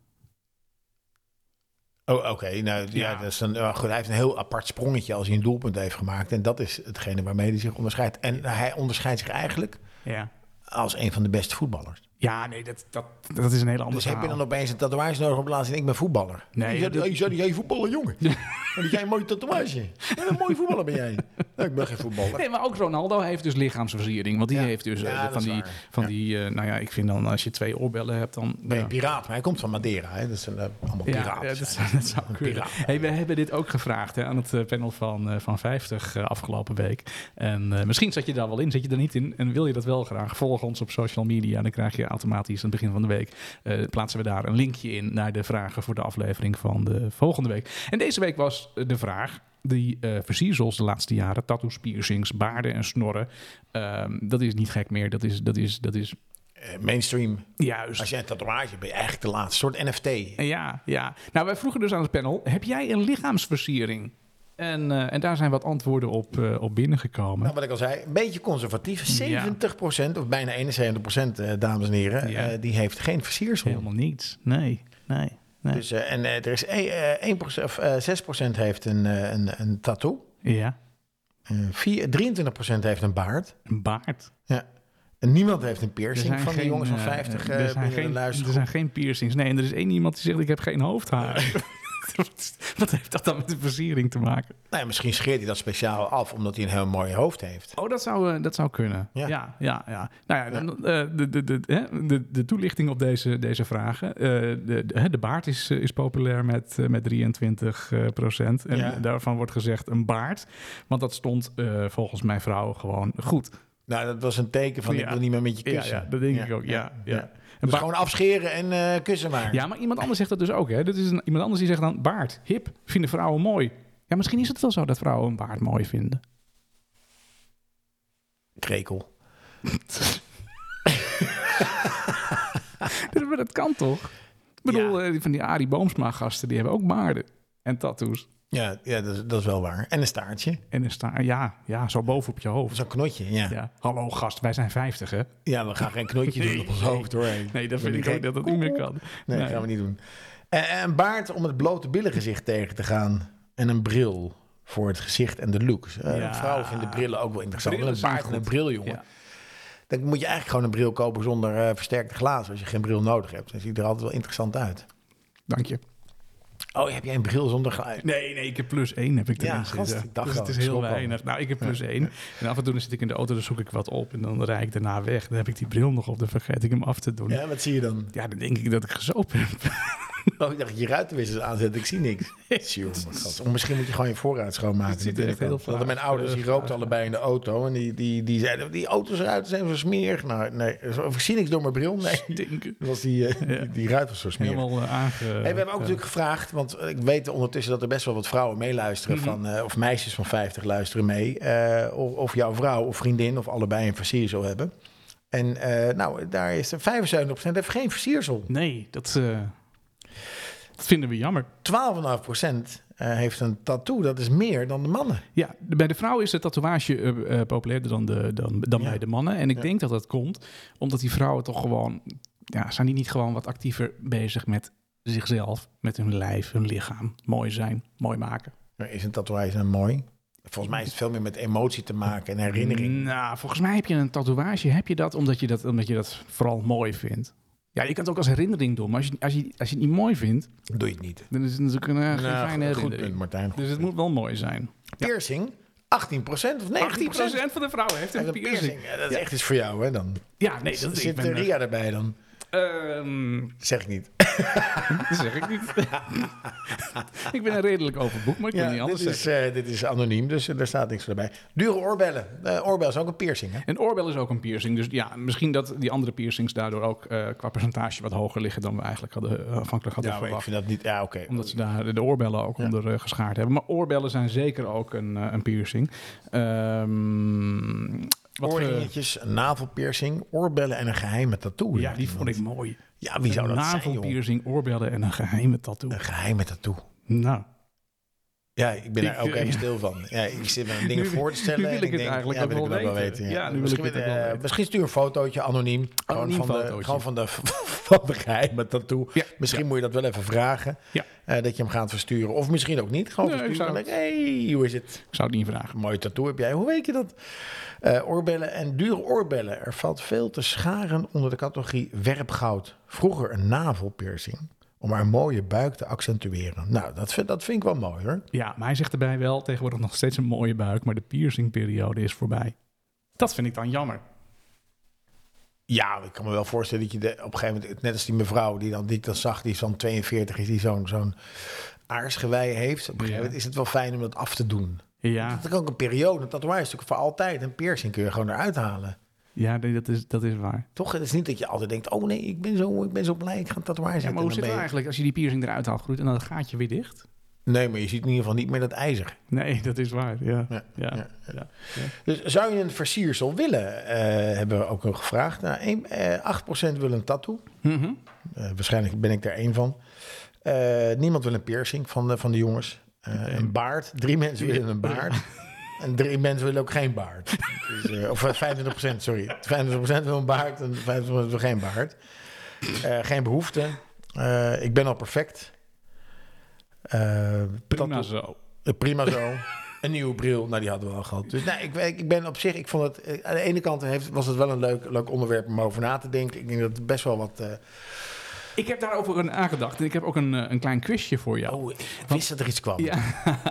S1: Oh, oké. Nou, ja,
S2: Ja.
S1: Dat is een, eh, goed, hij heeft een heel apart sprongetje als hij een doelpunt heeft gemaakt. En dat is hetgene waarmee hij zich onderscheidt. En hij onderscheidt zich eigenlijk
S2: Ja.
S1: als een van de beste voetballers.
S2: Ja, nee, dat, dat, dat is een hele andere
S1: Dus heb je dan
S2: verhaal.
S1: opeens een tatoeage nodig om te laten zien, ik ben voetballer?
S2: Nee,
S1: je zei,
S2: dat-
S1: je zei, jij voetballer, jongen. En dat jij een mooie tatoeage. Wat een mooie voetballer ben jij. Nou, ik ben geen voetballer.
S2: Nee, maar ook Ronaldo heeft dus lichaamsversiering. Want die
S1: Ja.
S2: heeft dus eh,
S1: Ja, dat
S2: van
S1: is
S2: die,
S1: waar.
S2: van
S1: Ja.
S2: die eh, nou ja, ik vind dan als je twee oorbellen hebt, dan...
S1: Ben je
S2: ja.
S1: piraat? Maar hij komt van Madeira. Hè? Dat zijn eh, allemaal
S2: Ja,
S1: piraten.
S2: ja, dat, zou- dat zou kunnen.
S1: piraat.
S2: Hey, we hebben dit ook gevraagd hè, aan het eh, panel van, eh, van 50 eh, afgelopen week. En eh, misschien zat je daar wel in, zit je er niet in. En wil je dat wel graag, volg ons op social media. Dan krijg je automatisch aan het begin van de week, eh, plaatsen we daar een linkje in naar de vragen voor de aflevering van de volgende week. En deze week was eh, de vraag, die eh versiersels de laatste jaren, tattoos, piercings, baarden en snorren. ehm, dat is niet gek meer, dat is, dat is, dat is
S1: Eh, mainstream.
S2: juist.
S1: Als jij een tatoeage hebt, ben je eigenlijk de laatste. Een soort NFT.
S2: Ja, ja. Nou, wij vroegen dus aan het panel: heb jij een lichaamsversiering? En, eh, en daar zijn wat antwoorden op, eh, op binnengekomen.
S1: Nou, wat ik al zei, een beetje conservatief. 70% of bijna 71%, eh, dames en heren,
S2: Ja.
S1: eh, die heeft geen versiersel.
S2: Helemaal niets. Nee, nee. Nee.
S1: Dus, eh, en eh, er is één- eh, 1%, of, eh, 6% heeft een, eh, een, een tattoo.
S2: Ja.
S1: Eh, vier- 23% heeft een baard.
S2: Een baard.
S1: Ja. En niemand heeft een
S2: Er
S1: piercing van de jongens van
S2: eh,
S1: 50 eh
S2: er, zijn
S1: binnen de
S2: geen, er
S1: luistergroep.
S2: zijn geen piercings. Nee, en er is één iemand die zegt: Ik heb geen hoofdhaar. Wat heeft dat dan met de versiering te maken?
S1: Nou ja, misschien scheert hij dat speciaal af, omdat hij een heel mooi hoofd heeft.
S2: Oh, dat zou, eh, dat zou kunnen. Ja,
S1: Ja.
S2: ja, ja. Nou ja, dan, eh, de, de, de, hè, de, de toelichting op deze, deze vragen. Eh, de, de, hè, de baard is, eh, is populair met, eh, met 23 eh, procent. En
S1: Ja.
S2: daarvan wordt gezegd een baard. Want dat stond eh, volgens mijn vrouw gewoon goed.
S1: Nou, dat was een teken van
S2: Oh, Ja.
S1: ik wil niet meer met je
S2: Ja,
S1: kussen.
S2: ja, dat denk ik ook. Ja, ja.
S1: ja.
S2: Een
S1: Dus
S2: baard-
S1: gewoon afscheren en eh, kussen maar.
S2: Ja, maar iemand anders zegt dat dus ook. Hè? Dat is een, iemand anders die zegt dan baard, hip, vinden vrouwen mooi. Ja, misschien is het wel zo dat vrouwen een baard mooi vinden.
S1: Krekel.
S2: Dus, maar dat kan toch? Ik bedoel, eh, die van die Arie Boomsma gasten, die hebben ook baarden. En tattoos.
S1: Ja, ja dat, is, dat is wel waar. En een staartje.
S2: En een sta ja, ja, zo boven op je hoofd.
S1: Zo'n knotje, ja. Ja,
S2: Ja. Hallo gast, wij zijn 50 hè?
S1: we gaan geen knotje doen op ons hoofd hoor.
S2: Nee, dat vind
S1: ben
S2: ik ook
S1: gek.
S2: dat dat niet meer kan.
S1: Nee,
S2: Nee.
S1: dat gaan we niet doen. En, en een baard om het blote billengezicht tegen te gaan. En een bril voor het gezicht en de look. Eh,
S2: Ja.
S1: Vrouwen vinden brillen ook wel interessant.
S2: Brillen
S1: Een baard
S2: zijn
S1: en een
S2: goed.
S1: bril, jongen.
S2: Ja.
S1: Dan moet je eigenlijk gewoon een bril kopen zonder eh, versterkte glazen. Als je geen bril nodig hebt. Dan ziet er altijd wel interessant uit.
S2: Dank je.
S1: Oh, heb jij een bril zonder glazen?
S2: Nee, nee, ik heb plus één heb ik
S1: Ja,
S2: erin
S1: gast,
S2: zitten.
S1: ik dacht
S2: dus
S1: al,
S2: het is heel
S1: schrok al.
S2: weinig. Nou, ik heb plus één. En af en toe dan zit ik in de auto, dan zoek ik wat op. En dan rijd ik daarna weg. Dan heb ik die bril nog op, dan vergeet ik hem af te doen. Ja,
S1: Ja, wat zie je dan?
S2: dan denk ik dat ik gezopen heb.
S1: Oh, ik dacht dat je ruitenwissers aanzet. Ik zie niks. Jongen, gast. Of misschien moet je gewoon je voorraad schoonmaken.
S2: Het ziet er
S1: Natuurlijk
S2: echt heel
S1: ook.
S2: vaag,
S1: Want Mijn ouders die
S2: eh,
S1: rookten
S2: vaag.
S1: allebei in de auto. En die, die, die zeiden, die auto's eruit zijn zo smerig. Nou, nee, of ik zie niks door mijn bril. Nee,
S2: Stinken.
S1: Dat was die, eh, die, die ruit was zo smerig.
S2: Helemaal eh, aange...
S1: Hey, we hebben ook natuurlijk gevraagd, want eh, ik weet ondertussen dat er best wel wat vrouwen meeluisteren,
S2: Mhm.
S1: van, eh, of meisjes van 50 luisteren mee, eh, of, of jouw vrouw of vriendin of allebei een versiersel hebben. En eh, nou, daar is er 75% heeft geen versiersel. 12,5%
S2: Nee, dat, eh, dat vinden we jammer.
S1: eh, heeft een tattoo, dat is meer dan de mannen.
S2: Ja, de- bij de vrouw is de tatoeage eh, eh, populairder dan, de, dan, dan
S1: Ja.
S2: bij de mannen. En ik denk dat dat komt omdat die vrouwen toch gewoon... Ja, zijn die niet gewoon wat actiever bezig met zichzelf, met hun lijf, hun lichaam. Mooi zijn, mooi maken.
S1: Maar Is een tatoeage nou mooi? Volgens mij is het veel meer met emotie te maken en herinnering.
S2: Nou, volgens mij heb je een tatoeage, heb je dat omdat je dat, omdat je dat vooral mooi vindt. Ja, je kan het ook als herinnering doen, maar als je, als je, als je het niet mooi vindt,
S1: Doe je het niet.
S2: dan is het natuurlijk Mm. een, eh, geen
S1: Nou,
S2: fijne
S1: goed, goed
S2: herinnering.
S1: punt, Martijn. Goed
S2: dus het
S1: punt.
S2: moet wel mooi zijn.
S1: Piercing, 18% of 19%.
S2: 18% van de vrouwen heeft een
S1: Een
S2: piercing.
S1: piercing. Ja, dat is echt iets voor jou, hè? Dan
S2: Ja, nee, dat ik
S1: zit
S2: ben,
S1: eh, Ria erbij dan.
S2: eh, ehm,
S1: Zeg ik niet.
S2: dat zeg ik niet. ik ben een redelijk open boek, maar ik kan niet anders
S1: dit,
S2: zeggen.
S1: is, eh, dit is anoniem, dus eh, daar staat niks voorbij. Dure oorbellen. Eh oorbel is ook een piercing, hè?
S2: Een oorbel is ook een piercing. Dus ja, misschien dat die andere piercings daardoor ook eh, qua percentage wat hoger liggen dan we eigenlijk hadden, eh, afhankelijk hadden
S1: maar ik
S2: verwacht.
S1: vind dat niet... Ja, oké.
S2: Omdat ze daar de oorbellen ook onder eh, geschaard hebben. Maar oorbellen zijn zeker ook een, eh, een piercing. Ehm, wat we-
S1: Oorringetjes, een navelpiercing, oorbellen en een geheime tattoo.
S2: ja, die vond ik mooi.
S1: Ja, wie zou dat zijn, joh?
S2: Navelpiercing, oorbellen en een geheime tattoo.
S1: Een geheime tattoo.
S2: Nou,
S1: Ja, ik ben daar
S2: Ik-
S1: ook even
S2: ja.
S1: stil van. Ja, ik zit me dingen
S2: Nu-
S1: voor te stellen.
S2: nu wil
S1: en
S2: ik het
S1: denk,
S2: eigenlijk
S1: ja,
S2: ook
S1: wil ik
S2: wel
S1: wel
S2: weten.
S1: weten.
S2: Ja, nu wil
S1: misschien,
S2: ik het
S1: met,
S2: ook wel
S1: eh,
S2: weten.
S1: misschien stuur een fotootje anoniem.
S2: Anoniem
S1: gewoon van
S2: fotootje.
S1: De, gewoon van de, van de geheime tattoo.
S2: Ja,
S1: Misschien moet je dat wel even vragen.
S2: Ja.
S1: eh, dat je hem gaat versturen. Of misschien ook niet. Gewoon
S2: Nee, ik
S1: versturen.
S2: zou
S1: Hé, hey, hoe is het?
S2: ik zou het niet vragen.
S1: Mooie tattoo heb jij. Hoe weet je dat? Eh, oorbellen en dure oorbellen. Er valt veel te scharen onder de categorie werpgoud. Vroeger een navelpiercing. Om haar mooie buik te accentueren. Nou, dat vind, dat vind ik wel mooi hoor.
S2: Ja, maar hij zegt erbij wel tegenwoordig nog steeds een mooie buik, maar de piercingperiode is voorbij. Dat vind ik dan jammer.
S1: Ja, ik kan me wel voorstellen dat je de, op een gegeven moment, net als die mevrouw die, dan, die ik dan zag, die van 42 is, die zo'n zo'n aarsgewei heeft. Op een gegeven moment is het wel fijn om dat af te doen.
S2: Ja,
S1: Dat kan ook een periode, een tatoeage is natuurlijk voor altijd. Een piercing kun je gewoon eruit halen.
S2: ja nee, dat, is, dat is waar.
S1: Toch? Het is niet dat je altijd denkt, oh nee, ik ben zo, ik ben zo blij, ik ga een tatoeage
S2: Ja,
S1: zetten.
S2: maar
S1: En
S2: hoe
S1: dan
S2: zit
S1: ben
S2: het
S1: je-
S2: eigenlijk als je die piercing eruit haalt, groeit en dan gaat je weer dicht?
S1: Nee, maar je ziet in ieder geval niet meer dat ijzer.
S2: Nee, dat is waar. Ja, ja,
S1: Ja,
S2: ja,
S1: Dus zou je een versiersel willen, eh, hebben we ook nog gevraagd. Nou, één- eh 8% wil een tattoo.
S2: Mhm.
S1: Eh, waarschijnlijk ben ik daar één van. Eh, niemand wil een piercing van de, van de jongens. Eh, een baard. Drie mensen willen een baard. En drie mensen willen ook geen baard. Dus, eh, of eh, 25%, sorry. 25% wil een baard en 25% wil geen baard. Eh, geen behoefte. Eh, ik ben al perfect. Eh,
S2: Prima
S1: tattoo-
S2: zo.
S1: eh, prima zo. een nieuwe bril, nou die hadden we al gehad. Dus nou, ik, ik ben op zich, ik vond het, eh, aan de ene kant heeft, was het wel een leuk, leuk onderwerp om over na te denken. Ik denk dat het best wel wat... eh,
S2: Ik heb daarover een aangedacht en ik heb ook een, eh, een klein quizje voor jou.
S1: oh, ik wist dat er iets kwam.
S2: Ja,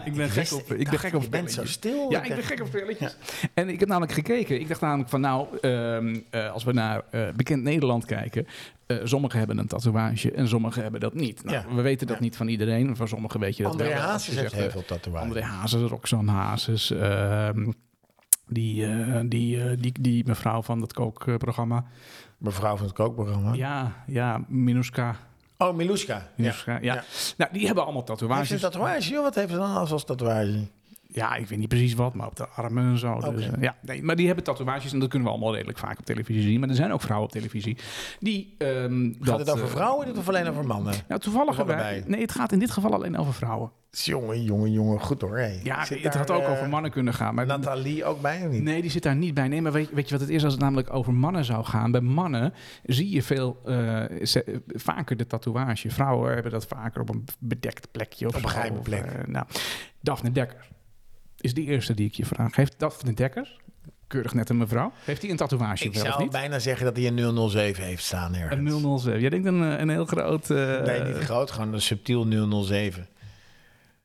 S2: ik ben gek
S1: wist-
S2: op,
S1: ik
S2: ik ben
S1: dacht,
S2: gek op
S1: je bent zo
S2: spelletjes.
S1: stil.
S2: Ja, ik ben gek op spelletjes. En ik heb namelijk gekeken. Ik dacht namelijk van nou, ehm, eh, als we naar eh, bekend Nederland kijken. eh, sommigen hebben een tatoeage en sommigen hebben dat niet. Nou,
S1: Ja.
S2: We weten dat
S1: Ja.
S2: niet van iedereen. Van sommigen weet je dat
S1: André
S2: wel. Als je
S1: Hazes heeft
S2: zegt,
S1: heel
S2: eh,
S1: veel tatoeages.
S2: André Hazes, Roxanne Hazes. ehm, die, eh, die, eh, die, die mevrouw van dat kookprogramma.
S1: Mevrouw van het kookprogramma.
S2: Ja, ja, Minuska.
S1: Oh, Miluska. Ja.
S2: Minuska ja.
S1: Ja.
S2: Nou, die hebben allemaal
S1: Heeft ze een
S2: tatoeages.
S1: tatoeage? joh? Wat heeft ze dan als, als tatoeage?
S2: Ja, ik weet niet precies wat, maar op de armen en zo. Dus,
S1: Oké.
S2: eh, ja, nee, maar die hebben tatoeages en dat kunnen we allemaal redelijk vaak op televisie zien. Maar er zijn ook vrouwen op televisie die... ehm
S1: Gaat
S2: dat,
S1: het over
S2: eh,
S1: vrouwen dit of alleen over mannen?
S2: nou, toevallig
S1: Of
S2: hebben
S1: allebei?
S2: wij- Nee, het gaat in dit geval alleen over vrouwen.
S1: Jongen, jongen, jongen. Goed hoor. Hey.
S2: Ja,
S1: Zit
S2: het had
S1: daar,
S2: ook
S1: eh,
S2: over mannen kunnen gaan. Maar
S1: Nathalie ook bij of niet?
S2: Nee, die zit daar niet bij. Nee, maar weet, weet je wat het is als het namelijk over mannen zou gaan? Bij mannen zie je veel eh, ze- eh, vaker de tatoeage. Vrouwen hebben dat vaker op een bedekt plekje. Of
S1: Op een
S2: zo.
S1: geheime
S2: Of,
S1: plek.
S2: eh, nou, Daphne Dekker is de eerste die ik je vraag. Heeft Daphne Dekker, keurig net een mevrouw, heeft die een tatoeage
S1: Ik
S2: wel of
S1: zou
S2: niet?
S1: bijna zeggen dat hij een 007 heeft staan ergens.
S2: Een 007. Jij denkt een, eh, een heel groot... eh,
S1: Nee, niet groot. Gewoon een subtiel 007.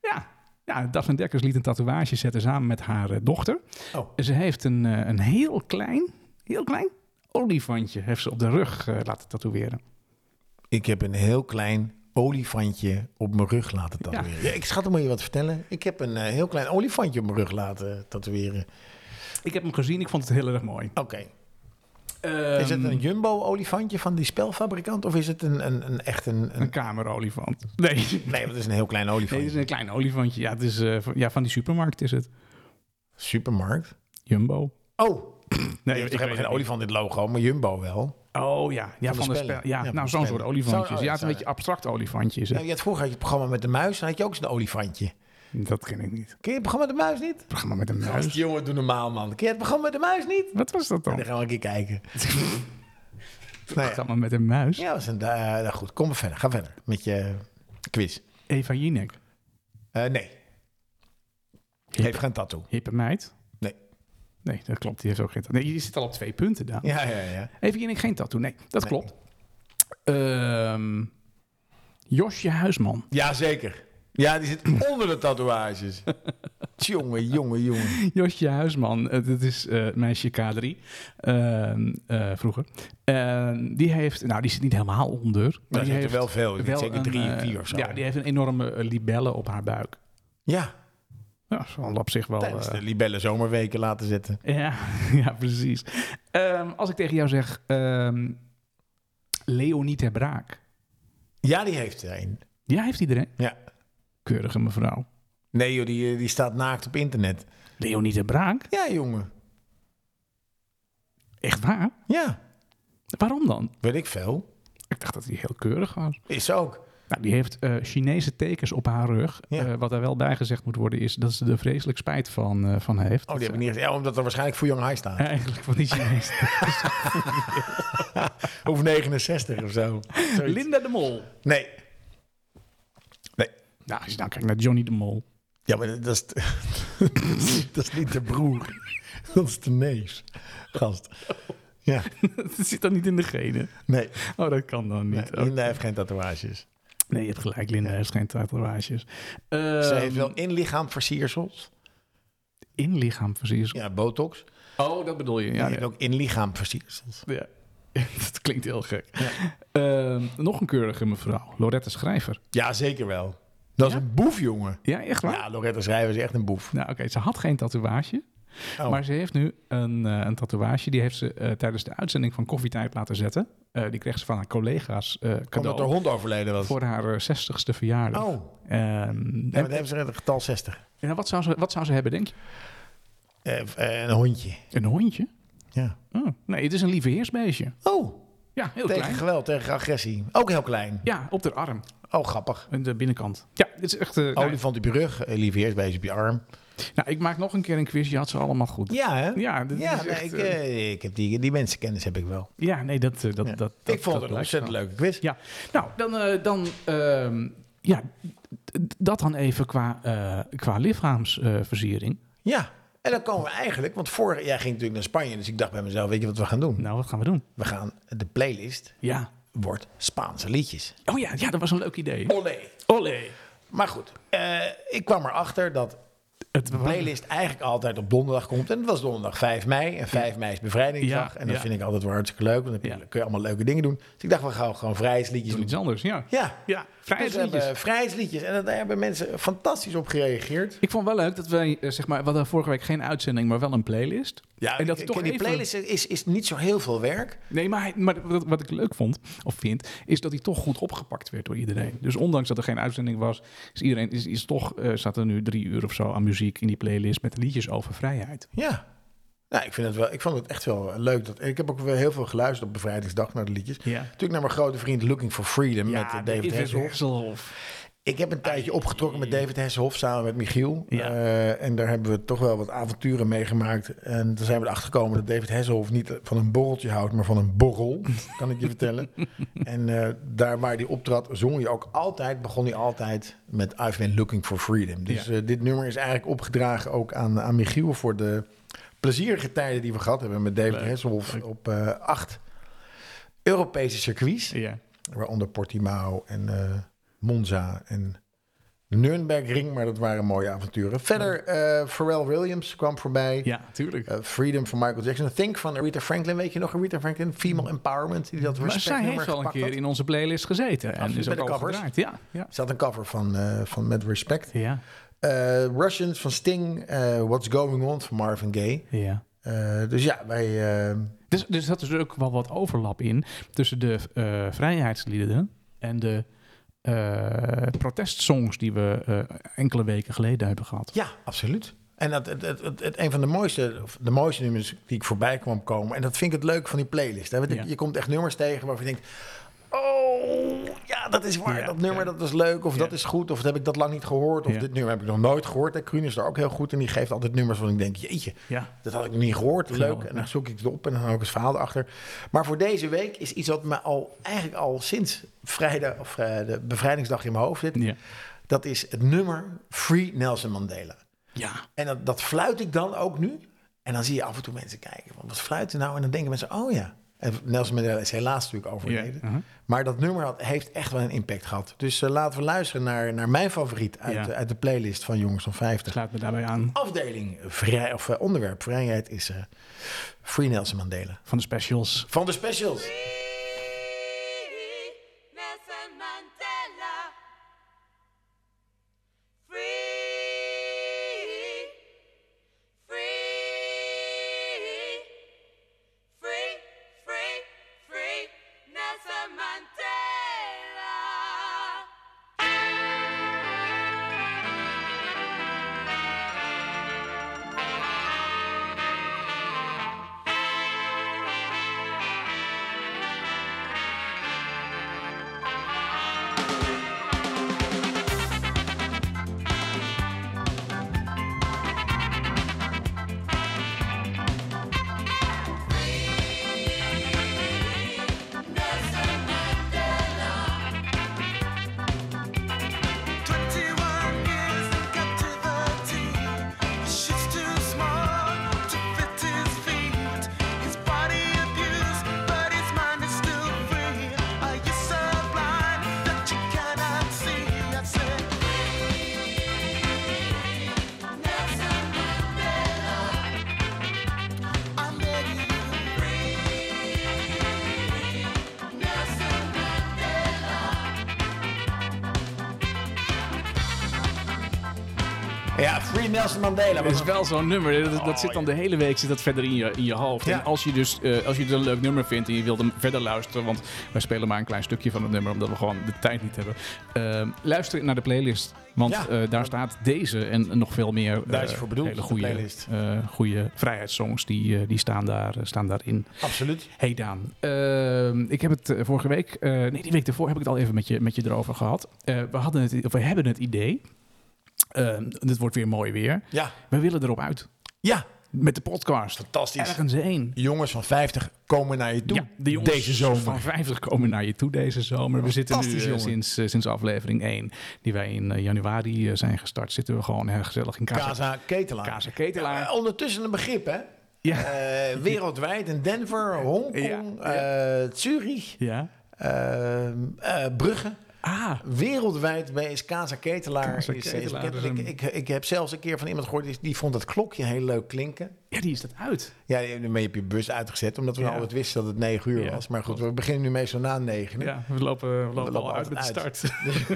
S2: Ja. Ja, Daphne Dekkers liet een tatoeage zetten samen met haar eh, dochter.
S1: Oh.
S2: Ze heeft een, eh, een heel klein, heel klein olifantje heeft ze op de rug eh, laten tatoeëren.
S1: Ik heb een heel klein olifantje op mijn rug laten tatoeëren. Ja, ik schat, dan moet je wat vertellen. Ik heb een eh, heel klein olifantje op mijn rug laten tatoeëren.
S2: Ik heb hem gezien, ik vond het heel erg mooi.
S1: Oké. Is het
S2: Ehm,
S1: een jumbo-olifantje van die spelfabrikant? Of is het een, een, een echt een...
S2: een
S1: een...
S2: kamerolifant? Nee. nee,
S1: Nee, want het is een heel klein
S2: het is
S1: olifantje.
S2: een klein olifantje. Ja, het is, eh, van, ja, van die supermarkt is het.
S1: Supermarkt.
S2: Jumbo.
S1: Oh,
S2: Nee,
S1: ik heb
S2: weet
S1: geen
S2: het niet.
S1: olifant in het logo, maar Jumbo wel.
S2: Oh ja, ja van, de spel. Ja,
S1: van
S2: nou
S1: de
S2: zo'n soort
S1: spellen.
S2: olifantjes.
S1: Zo'n- oh, ja,
S2: ja, het is een
S1: sorry.
S2: beetje abstract olifantje is het.
S1: Nou, je had vroeger had je het programma met de muis, dan had je ook zo'n olifantje.
S2: Dat ken ik niet.
S1: Ken je het programma met de muis niet?
S2: Programma met een
S1: Gast,
S2: muis.
S1: jongen, doe normaal, man. Ken je het programma met de muis niet?
S2: Wat was dat
S1: Dan
S2: dan?
S1: gaan we een keer kijken. nou ja.
S2: Programma met een muis.
S1: Ja, was een, eh, nou goed. Kom maar verder. Ga verder met je quiz.
S2: Eva Jinek.
S1: Eh, nee. Heeft geen tattoo.
S2: Hippe meid.
S1: Nee.
S2: Nee, dat klopt. Die heeft ook geen tattoo. Nee, je zit al op twee punten daar.
S1: Ja, ja, ja.
S2: Even Jinek geen tattoo. Nee, dat
S1: Nee.
S2: klopt. Ehm, Josje Huisman.
S1: Jazeker. Ja, die zit onder de tatoeages. jongen, jongen, jongen.
S2: Josje Huisman, eh, dat is eh, meisje K3 ehm, eh, vroeger. En die heeft, nou die zit niet helemaal onder, maar
S1: Maar
S2: die
S1: Nou, die
S2: heeft
S1: er wel veel.
S2: wel
S1: Wel zeker
S2: een,
S1: drie,
S2: eh,
S1: vier of zo.
S2: Ja, die heeft een enorme eh, libelle op haar buik.
S1: ja
S2: Ja, dat is wel op zich wel.
S1: tijdens
S2: eh,
S1: de libelle zomerweken laten zitten.
S2: ja, ja, precies. Ehm, als ik tegen jou zeg, ehm Leonie ter Braak.
S1: Ja, die heeft er een.
S2: Ja, heeft iedereen.
S1: Ja.
S2: Keurige mevrouw.
S1: Nee joh, die, eh, die staat naakt op internet.
S2: Leonie ter Braak?
S1: Ja, jongen.
S2: Echt waar?
S1: Ja,
S2: Waarom dan?
S1: weet ik veel.
S2: Ik dacht dat hij heel keurig was.
S1: Is ze ook. Oh,
S2: Nou, die heeft eh, Chinese tekens op haar rug.
S1: Ja.
S2: Eh, wat daar wel bij gezegd moet worden is dat ze er vreselijk spijt van, eh, van heeft.
S1: Oh,
S2: Dat
S1: die
S2: ze
S1: heb ik niet gezien. Ja, omdat er waarschijnlijk voor Young High staat.
S2: Eigenlijk van die Chinese.
S1: Of 69 of zo. Zoiets.
S2: Linda de Mol.
S1: Nee.
S2: Nou, als je nou kijkt naar Johnny de Mol.
S1: Ja, maar dat is, dat is niet de broer. Dat is de neef. Gast. Ja,
S2: dat zit dan niet in de genen.
S1: nee.
S2: Oh, dat kan dan
S1: nee.
S2: niet. Oh,
S1: Linda heeft geen tatoeages.
S2: nee, je hebt gelijk. Linda heeft geen tatoeages.
S1: Ze
S2: Ehm,
S1: heeft wel inlichaamversiersels.
S2: in lichaam precies.
S1: Ja, botox.
S2: Oh, dat bedoel je.
S1: Ja,
S2: Ja,
S1: heeft ook inlichaamversiersels.
S2: ja. dat klinkt heel gek.
S1: Ja.
S2: Ehm, nog een keurige mevrouw. Lorette Schrijver.
S1: Ja, zeker wel. Dat is
S2: Ja?
S1: een boef, jongen.
S2: Ja, echt waar?
S1: Ja, Loretta Schrijver is echt een boef.
S2: Nou, oké. Ze had geen tatoeage.
S1: Oh.
S2: Maar ze heeft nu een, eh, een tatoeage. Die heeft ze eh, tijdens de uitzending van Koffietijd laten zetten. Eh, die kreeg ze van haar collega's eh,
S1: Omdat
S2: cadeau.
S1: haar hond overleden was.
S2: Voor haar eh, zestigste verjaardag.
S1: Oh,
S2: Ehm,
S1: en
S2: en,
S1: wat hebben ze in het getal 60?
S2: en wat, zou ze, wat zou ze hebben, denk je?
S1: Eh, f- eh, een hondje.
S2: Een hondje?
S1: Ja.
S2: Oh, nee, het is een lieve heersbeestje.
S1: Oh,
S2: Ja, heel
S1: tegen
S2: klein.
S1: geweld, tegen agressie. Ook heel klein.
S2: Ja, op de arm.
S1: Oh, grappig.
S2: Aan de binnenkant. Ja, dit is echt... eh, nou,
S1: Olifant op je rug, eh, lieve heersbeest op je arm.
S2: nou, ik maak nog een keer een quiz. Je had ze allemaal goed.
S1: Ja, hè?
S2: Ja, dit
S1: Ja,
S2: is
S1: nee,
S2: echt,
S1: ik,
S2: eh,
S1: eh, ik heb die, die mensenkennis heb ik wel.
S2: ja nee, dat... eh, dat,
S1: Ja.
S2: dat,
S1: ik vond het een
S2: leuk.
S1: ontzettend leuke quiz.
S2: Ja, nou, dan... eh, dan ehm, ja, d- dat dan even qua, eh, qua lichaamsversiering.
S1: Ja, en dan komen we eigenlijk, want vorig jaar ging ik natuurlijk naar Spanje, dus ik dacht bij mezelf, weet je wat we gaan doen?
S2: nou, wat gaan we doen?
S1: We gaan, de playlist
S2: Ja.
S1: wordt Spaanse liedjes.
S2: Oh ja, ja dat was een leuk idee.
S1: Olé.
S2: Olé.
S1: Maar goed, eh, ik kwam erachter dat
S2: Het
S1: de playlist eigenlijk altijd op donderdag komt. En het was donderdag 5 mei. En 5 mei is bevrijdingsdag.
S2: Ja,
S1: en dat
S2: ja.
S1: vind ik altijd wel hartstikke leek. Want dan heb je-
S2: Ja.
S1: kun je allemaal leuke dingen doen. Dus ik dacht, we gaan gewoon vrijheidsliedjes
S2: Doe
S1: doen.
S2: iets anders, ja.
S1: Ja,
S2: Ja,
S1: dus we
S2: vrijheidsliedjes.
S1: hebben vrijheidsliedjes. En daar hebben mensen fantastisch op gereageerd.
S2: Ik vond wel leuk dat wij, eh, zeg maar, we hadden vorige week geen uitzending, maar wel een playlist. en dat
S1: ik-
S2: we
S1: ik ken die
S2: even-
S1: playlist is, is niet zo heel veel werk.
S2: Nee, maar, hij- maar wat, wat ik leuk vond, of vind, is dat hij toch goed opgepakt werd door iedereen. Dus ondanks dat er geen uitzending was, is iedereen, is, is toch, eh zat er nu drie uur of zo aan muziek in die playlist met liedjes over vrijheid.
S1: Ja. Nou, ik, vind het wel, ik vond het echt wel leuk. Dat, ik heb ook wel heel veel geluisterd op bevrijdingsdag naar de liedjes.
S2: Ja.
S1: Natuurlijk naar mijn grote vriend Looking for Freedom met eh, David
S2: dus
S1: Hasselhoff. Ik heb een tijdje opgetrokken met David Hesselhoff samen met Michiel.
S2: Ja.
S1: Eh, en daar hebben we toch wel wat avonturen meegemaakt. En toen zijn we erachter gekomen dat David Hesselhoff niet van een borreltje houdt, maar van een borrel. kan ik je vertellen. En eh, daar waar hij optrad, zong hij ook altijd, begon hij altijd met I've been looking for freedom. Dus
S2: Ja.
S1: eh, dit nummer is eigenlijk opgedragen ook aan, aan Michiel voor de plezierige tijden die we gehad hebben met David
S2: Leuk,
S1: Hesselhoff
S2: leuk.
S1: op eh, acht Europese circuits.
S2: Ja.
S1: Waaronder Portimao en eh, Monza en Nürnbergring. Maar dat waren mooie avonturen. Verder, eh Pharrell Williams kwam voorbij.
S2: ja, tuurlijk.
S1: Eh, Freedom van Michael Jackson. Think van Rita Franklin. Weet je nog, Rita Franklin? Female Empowerment. Die dat
S2: Mm. maar zij
S1: respectnummer
S2: heeft al een
S1: gepakt
S2: keer
S1: had.
S2: in onze playlist gezeten. En
S1: Absoluut,
S2: is
S1: bij
S2: ook
S1: de
S2: al
S1: covers.
S2: gedraaid. Ja, ja.
S1: Ze had een cover van, eh, van Met Respect.
S2: Ja,
S1: Eh, Russians van Sting. eh, What's Going On van Marvin Gaye.
S2: ja.
S1: Eh, dus ja, wij... eh,
S2: Dus, dus dat is ook wel wat overlap in tussen de eh, vrijheidsliederen en de eh, protestsongs die we eh, enkele weken geleden hebben gehad.
S1: Ja, absoluut. En dat, het, het, het, het- een van de mooiste, of de mooiste nummers die ik voorbij kwam komen. En dat vind ik het leuk van die playlist. Hè? Want
S2: Ja.
S1: Je komt echt nummers tegen waarvan je denkt... Oh, ja, dat is waar.
S2: Ja,
S1: dat nummer,
S2: ja.
S1: dat was leuk. Of
S2: Ja.
S1: dat is goed. Of dat heb ik dat lang niet gehoord. Of
S2: Ja.
S1: dit nummer heb ik nog nooit gehoord. En Kruun is daar ook heel goed. En die geeft altijd nummers van ik denk... Jeetje,
S2: Ja.
S1: dat had ik nog niet gehoord. Leuk.
S2: Geweldig,
S1: En dan zoek ik het op en dan hou ik het verhaal erachter. Maar voor deze week is iets wat me al eigenlijk al sinds vrijdag of eh, de bevrijdingsdag in mijn hoofd zit.
S2: Ja.
S1: Dat is het nummer Free Nelson Mandela.
S2: ja.
S1: En dat, dat fluit ik dan ook nu. En dan zie je af en toe mensen kijken. Van, wat fluiten nou? En dan denken mensen, oh ja. En Nelson Mandela is helaas natuurlijk overleden.
S2: Ja, uh-huh.
S1: Maar dat nummer had, heeft echt wel een impact gehad. Dus eh, laten we luisteren naar, naar mijn favoriet uit,
S2: Ja.
S1: de- uit de playlist van Jongens van 50.
S2: Sluit me daarbij aan
S1: Afdeling vrij, of eh, onderwerp vrijheid is eh, Free Nelson Mandela.
S2: van de specials.
S1: Van de specials.
S3: Free Nelson Mandela. Free, free, free, free, free Nelson Mandela.
S1: Ja, Free Nelson Mandela.
S2: Dat
S1: Was
S2: is
S1: een-
S2: wel zo'n nummer. Dat, dat zit dan de hele week zit dat verder in je, in je hoofd.
S1: Ja.
S2: En als je dus eh, als je het een leuk nummer vindt en je wilt hem verder luisteren, want wij spelen maar een klein stukje van het nummer omdat we gewoon de tijd niet hebben. eh, luister naar de playlist, want
S1: Ja.
S2: eh, daar staat deze en nog veel meer.
S1: Daar is
S2: eh,
S1: je voor bedoeld,
S2: hele
S1: de
S2: goede,
S1: playlist.
S2: eh goede vrijheidssongs die, eh, die staan, daar, eh, staan daarin.
S1: Absoluut.
S2: Hey Daan, Ehm, ik heb het eh, vorige week, eh, nee die week daarvoor heb ik het al even met je, met je erover gehad. Eh, we, hadden het, of we hebben het idee, ehm, dit wordt weer mooi weer,
S1: Ja.
S2: we willen erop uit.
S1: Ja.
S2: Met de podcast.
S1: Fantastisch.
S2: Ergens heen.
S1: Jongens van 50 komen naar je toe
S2: Ja, de jongens
S1: deze zomer.
S2: van 50 komen naar je toe deze zomer. We zitten nu
S1: Fantastisch,
S2: eh,
S1: jongen.
S2: sinds, eh, sinds aflevering 1, die wij in eh, januari eh, zijn gestart, zitten we gewoon heel gezellig in Casa.
S1: Casa Ketelaar.
S2: Casa Ketelaar.
S1: Eh, ondertussen een begrip, hè?
S2: Ja.
S1: Eh, wereldwijd in Denver, Hongkong,
S2: Ja,
S1: eh, Zurich,
S2: Ja.
S1: eh, eh, Brugge.
S2: Ah,
S1: Wereldwijd bij is Casa Ketelaar.
S2: Casa
S1: is, is
S2: Ketelaar
S1: bekend.
S2: is een-
S1: ik, ik, ik heb zelfs een keer van iemand gehoord, die- die vond dat klokje heel leuk klinken.
S2: ja, die is dat uit.
S1: Ja, daarmee heb je bus uitgezet, omdat we
S2: Ja.
S1: nou altijd wisten dat het 9 uur
S2: Ja,
S1: was. Maar goed, we beginnen nu meestal na 9.
S2: Ja, we lopen, we lopen,
S1: lopen
S2: al uit met de
S1: altijd uit.
S2: start.